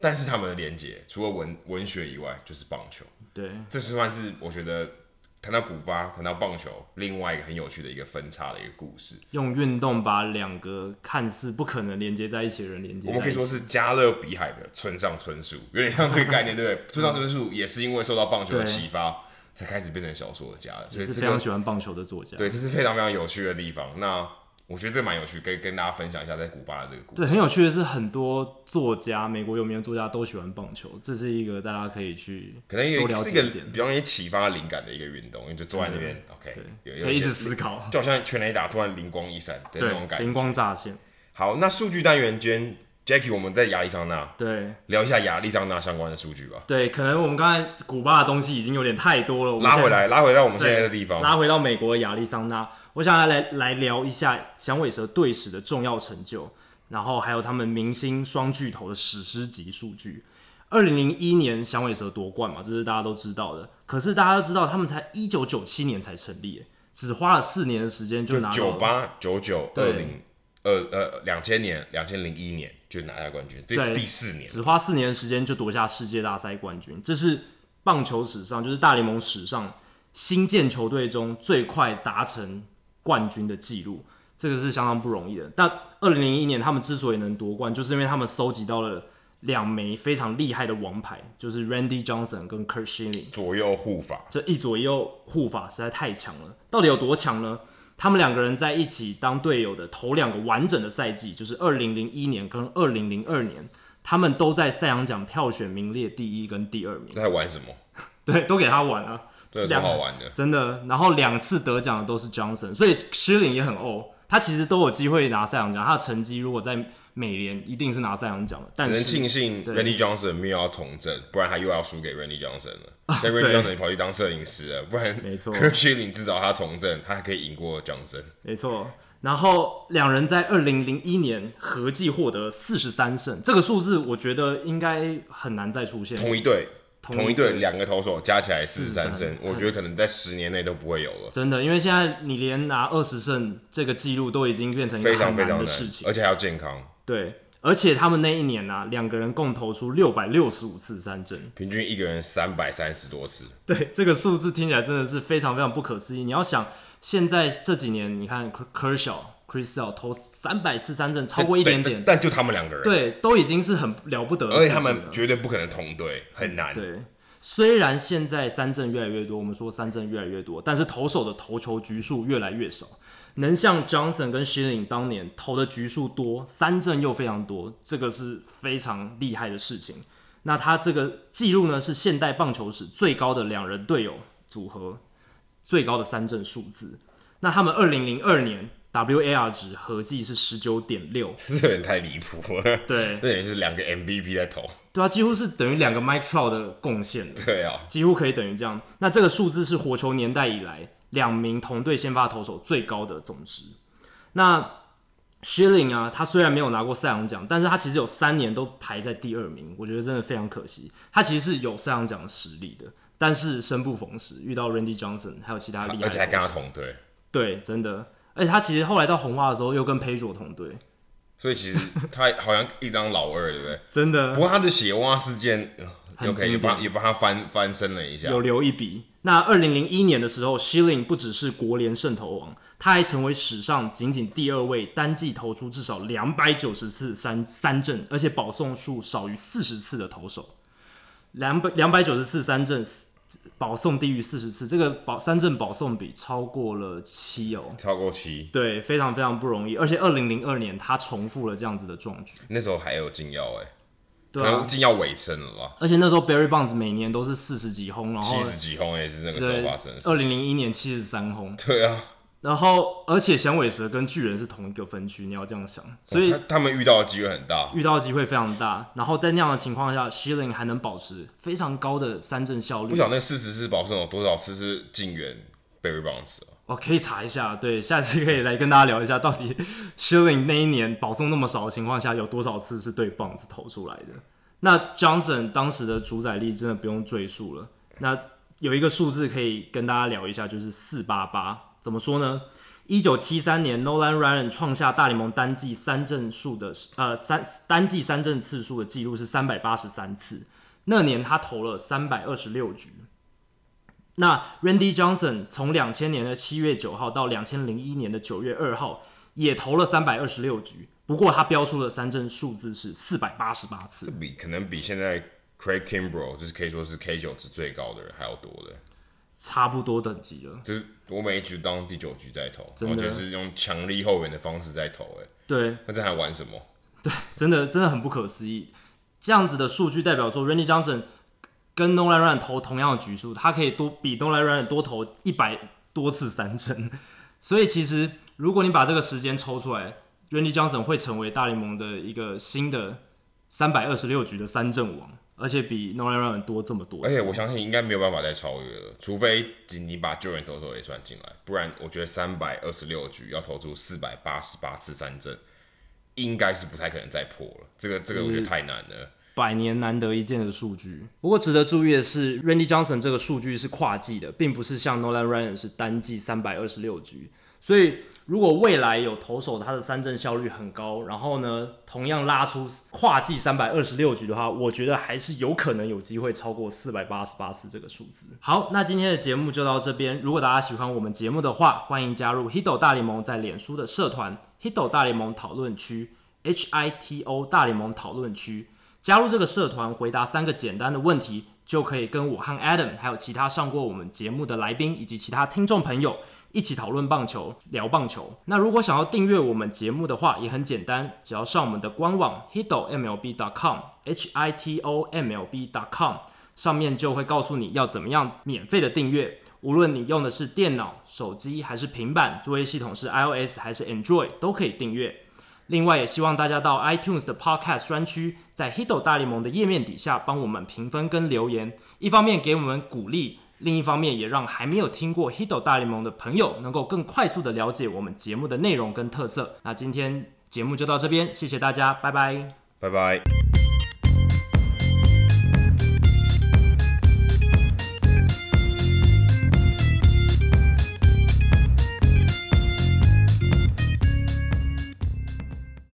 Speaker 1: 但是他们的连接除了文文学以外就是棒球，
Speaker 2: 对，
Speaker 1: 这是算是我觉得谈到古巴、谈到棒球，另外一个很有趣的一个分叉的一个故事。
Speaker 2: 用运动把两个看似不可能连接在一起的人连接
Speaker 1: 我
Speaker 2: 在一
Speaker 1: 们
Speaker 2: 起，
Speaker 1: 可以说是加勒比海的村上春树，有点像这个概念，对不对？村上春树也是因为受到棒球的
Speaker 2: 嗯对
Speaker 1: 启发，才开始变成小说的家的，所以
Speaker 2: 也是
Speaker 1: 这
Speaker 2: 非
Speaker 1: 个
Speaker 2: 常喜欢棒球的作家，
Speaker 1: 对，这是非常非常有趣的地方。那我觉得这蛮有趣，可以跟大家分享一下在古巴的这个故
Speaker 2: 对，
Speaker 1: 事。
Speaker 2: 很有趣的是，很多作家，美国有名的作家都喜欢棒球，这是一个大家可以去
Speaker 1: 可能也
Speaker 2: 多了
Speaker 1: 是
Speaker 2: 解
Speaker 1: 一个
Speaker 2: 一点嗯
Speaker 1: 比。较容易启发灵感的一个运动，因为就坐在那边，OK，有有
Speaker 2: 可以一
Speaker 1: 些
Speaker 2: 直思考，
Speaker 1: 就好像全垒打突然灵光一闪的那种
Speaker 2: 对，
Speaker 1: 感
Speaker 2: 灵
Speaker 1: 觉。
Speaker 2: 光乍现，
Speaker 1: 好，那数据单元间 Jackie，我们在亚利桑那
Speaker 2: 对
Speaker 1: 聊一下亚利桑那相关的数据吧。
Speaker 2: 对，可能我们刚才古巴的东西已经有点太多了，我们
Speaker 1: 拉
Speaker 2: 现在
Speaker 1: 回来，拉回到我们
Speaker 2: 对
Speaker 1: 现在的地方。
Speaker 2: 拉回到美国的亚利桑那，我想来来来聊一下响尾蛇队史的重要成就，然后还有他们明星双巨头的史诗级数据。二零零一年响尾蛇夺冠嘛，这是大家都知道的。可是大家都知道，他们才一九九七年才成立，只花了四年的时间就拿到
Speaker 1: 九
Speaker 2: 了
Speaker 1: 八、九九、二
Speaker 2: 对
Speaker 1: 零、二呃两千年、两千零一年就拿下冠军，这是
Speaker 2: 对
Speaker 1: 第四年。
Speaker 2: 只花四年的时间就夺下世界大赛冠军，这是棒球史上，就是大联盟史上新建球队中最快达成冠军的记录，这个是相当不容易的。但二零零一年他们之所以能夺冠，就是因为他们搜集到了两枚非常厉害的王牌，就是 Randy Johnson 跟 Kurt Schilling。
Speaker 1: 左右护法，
Speaker 2: 这一左一右护法实在太强了。到底有多强呢？他们两个人在一起当队友的头两个完整的赛季，就是二零零一年跟二零零二年，他们都在赛扬奖票选名列第一跟第二名，
Speaker 1: 那还玩什么？
Speaker 2: 对，都给他玩了，
Speaker 1: 这有什么好玩的？
Speaker 2: 真的。然后两次得奖的都是 Johnson，所以施林也很哦，他其实都有机会拿赛扬奖，他的成绩如果在美联一定是拿赛扬奖的，但
Speaker 1: 只能
Speaker 2: 是
Speaker 1: 庆幸
Speaker 2: 对
Speaker 1: Randy Johnson 没有要从政，不然他又要输给 Randy Johnson 了。但 Randy
Speaker 2: 啊对
Speaker 1: Johnson 也跑去当摄影师了，不然
Speaker 2: 没错
Speaker 1: k i r s h i l i n 至少他从政，他还可以赢过 Johnson。
Speaker 2: 没错。然后两人在二零零一年合计获得四十三胜，这个数字我觉得应该很难再出现。
Speaker 1: 同一队，
Speaker 2: 一
Speaker 1: 同一队两个投手加起来四十三
Speaker 2: 43
Speaker 1: 胜，我觉得可能在十年内都不会有了，
Speaker 2: 真的，因为现在你连拿二十胜这个记录都已经变成一
Speaker 1: 非
Speaker 2: 个
Speaker 1: 常
Speaker 2: 很
Speaker 1: 非常
Speaker 2: 难的
Speaker 1: 难
Speaker 2: 事，情
Speaker 1: 而。且还要健康，
Speaker 2: 对，而且他们那一年呢、啊，两个人共投出六百六十五次三振，
Speaker 1: 平均一个人三百三十多次。
Speaker 2: 对，这个数字听起来真的是非常非常不可思议。你要想，现在这几年，你看 Kershaw、Chris Sale 投三百次三振，超过哦一
Speaker 1: 对
Speaker 2: 点
Speaker 1: 但
Speaker 2: 点，
Speaker 1: 但就他们两个人，
Speaker 2: 对，都已经是很了不得的
Speaker 1: 而
Speaker 2: 事
Speaker 1: 且
Speaker 2: 情
Speaker 1: 他
Speaker 2: 了。
Speaker 1: 们绝对不可能同队，很难。
Speaker 2: 对，虽然现在三振越来越多，我们说三振越来越多，但是投手的投球局数越来越少。能像 Johnson 跟 Shilling 当年投的局数多，三振又非常多，这个是非常厉害的事情。那他这个记录呢，是现代棒球史最高的两人队友组合最高的三振数字。那他们二零零二年 WAR 值合计是十九点六，
Speaker 1: 这人太离谱了。[laughs]
Speaker 2: 对
Speaker 1: 这也是两个 MVP 在投。
Speaker 2: 对啊，几乎是等于两个 Mike Trout 的贡献了
Speaker 1: 对啊，
Speaker 2: 几乎可以等于这样。那这个数字是火球年代以来两名同队先发投手最高的总值。那 Shilling 啊，他虽然没有拿过赛扬奖，但是他其实有三年都排在第二名，我觉得真的非常可惜。他其实是有赛扬奖的实力的，但是生不逢时，遇到 Randy Johnson 还有其他厉害的
Speaker 1: 而且还
Speaker 2: 投
Speaker 1: 跟他
Speaker 2: 手
Speaker 1: 同队，
Speaker 2: 对，真的。而且他其实后来到红袜的时候又跟 Pedro 同队，
Speaker 1: 所以其实他好像一张老二，对不对？ [laughs]
Speaker 2: 真的
Speaker 1: 不过他的血蛙事件呃
Speaker 2: 很
Speaker 1: 又可以也
Speaker 2: 经典
Speaker 1: 帮也帮他翻翻身了一下。
Speaker 2: 有留一笔。那二零零一年的时候，Shilling 不只是国联胜投王，他还成为史上仅仅第二位单季投出至少两百九十次三三振，而且保送数少于四十次的投手。两百两百九十次三振，保送低于四十次，这个保三振保送比超过了七哦。
Speaker 1: 超过七，
Speaker 2: 对，非常非常不容易。而且二零零二年他重复了这样子的壮举，
Speaker 1: 那时候还有禁药哎，
Speaker 2: 对
Speaker 1: 可
Speaker 2: 啊
Speaker 1: 能禁药尾声了啦，
Speaker 2: 而且那时候 Barry Bonds 每年都是四十几轰，然后
Speaker 1: 七十几轰也是那个时
Speaker 2: 对
Speaker 1: 候发生的，事。
Speaker 2: 二零零一年七十三轰，
Speaker 1: 对啊，
Speaker 2: 然后而且响尾蛇跟巨人是同一个分区，你要这样想，所以
Speaker 1: 他他们遇到的机会很大，
Speaker 2: 遇到的机会非常大。然后在那样的情况下，Shilling 还能保持非常高的三振效
Speaker 1: 不
Speaker 2: 率
Speaker 1: 晓。得那四十次保送有多少次是进援 Barry Bonds 啊
Speaker 2: 我哦可以查一下，对，下次可以来跟大家聊一下，到底 Shilling 那一年保送那么少的情况下，有多少次是对棒子投出来的？那 Johnson 当时的主宰力真的不用赘述了。那有一个数字可以跟大家聊一下，就是四八八。怎么说呢？一九七三年，Nolan Ryan 创下大联盟单季三振数的呃三单季三振次数的记录是三百八十三次。那年他投了三百二十六局。那 Randy Johnson 从两千年的七月九号到两千零一年的九月二号，也投了三百二十六局，不过他标出的三振数字是四百八十八次
Speaker 1: 这。比可能比现在 Craig Kimbrel 就是可以说是 K 九值最高的人还要多的，
Speaker 2: 差不多等级了。
Speaker 1: 就是我每一局当第九局在投，
Speaker 2: 真的
Speaker 1: 而且是用强力后援的方式在投，哎，
Speaker 2: 对，
Speaker 1: 那这还玩什么？
Speaker 2: 真的真的很不可思议。这样子的数据代表说，Randy Johnson 跟 Nolan Ryan 投同样的局数，他可以多比 Nolan Ryan 多投一百多次三振。所以其实如果你把这个时间抽出来，Randy Johnson 会成为大联盟的一个新的三百二十六局的三振王，而且比 Nolan Ryan 多这么多
Speaker 1: 而
Speaker 2: 次。
Speaker 1: 且我相信应该没有办法再超越了，除非你把救援投手也算进来，不然我觉得三百二十六局要投出四百八十八次三振，应该是不太可能再破了。这个这个我觉得太难了。
Speaker 2: 百年难得一见的数据。不过值得注意的是，Randy Johnson 这个数据是跨季的，并不是像 Nolan Ryan 是单季三百二十六局。所以如果未来有投手他的三振效率很高，然后呢同样拉出跨季三百二十六局的话，我觉得还是有可能有机会超过四百八十八次这个数字。好，那今天的节目就到这边。如果大家喜欢我们节目的话，欢迎加入 Hito 大联盟在脸书的社团 Hito 大联盟讨论区 H I T O 大联盟讨论区。加入这个社团，回答三个简单的问题，就可以跟我和 Adam 还有其他上过我们节目的来宾以及其他听众朋友一起讨论棒球、聊棒球。那如果想要订阅我们节目的话，也很简单，只要上我们的官网 hitomlb.com h i t o m l b.com 上面就会告诉你要怎么样免费的订阅。无论你用的是电脑、手机还是平板，作业系统是 iOS 还是 Android，都可以订阅。另外，也希望大家到 iTunes 的 Podcast 专区，在 Hito 大联盟的页面底下帮我们评分跟留言，一方面给我们鼓励，另一方面也让还没有听过 Hito 大联盟的朋友能够更快速的了解我们节目的内容跟特色。那今天节目就到这边，谢谢大家，拜拜。
Speaker 1: 拜拜。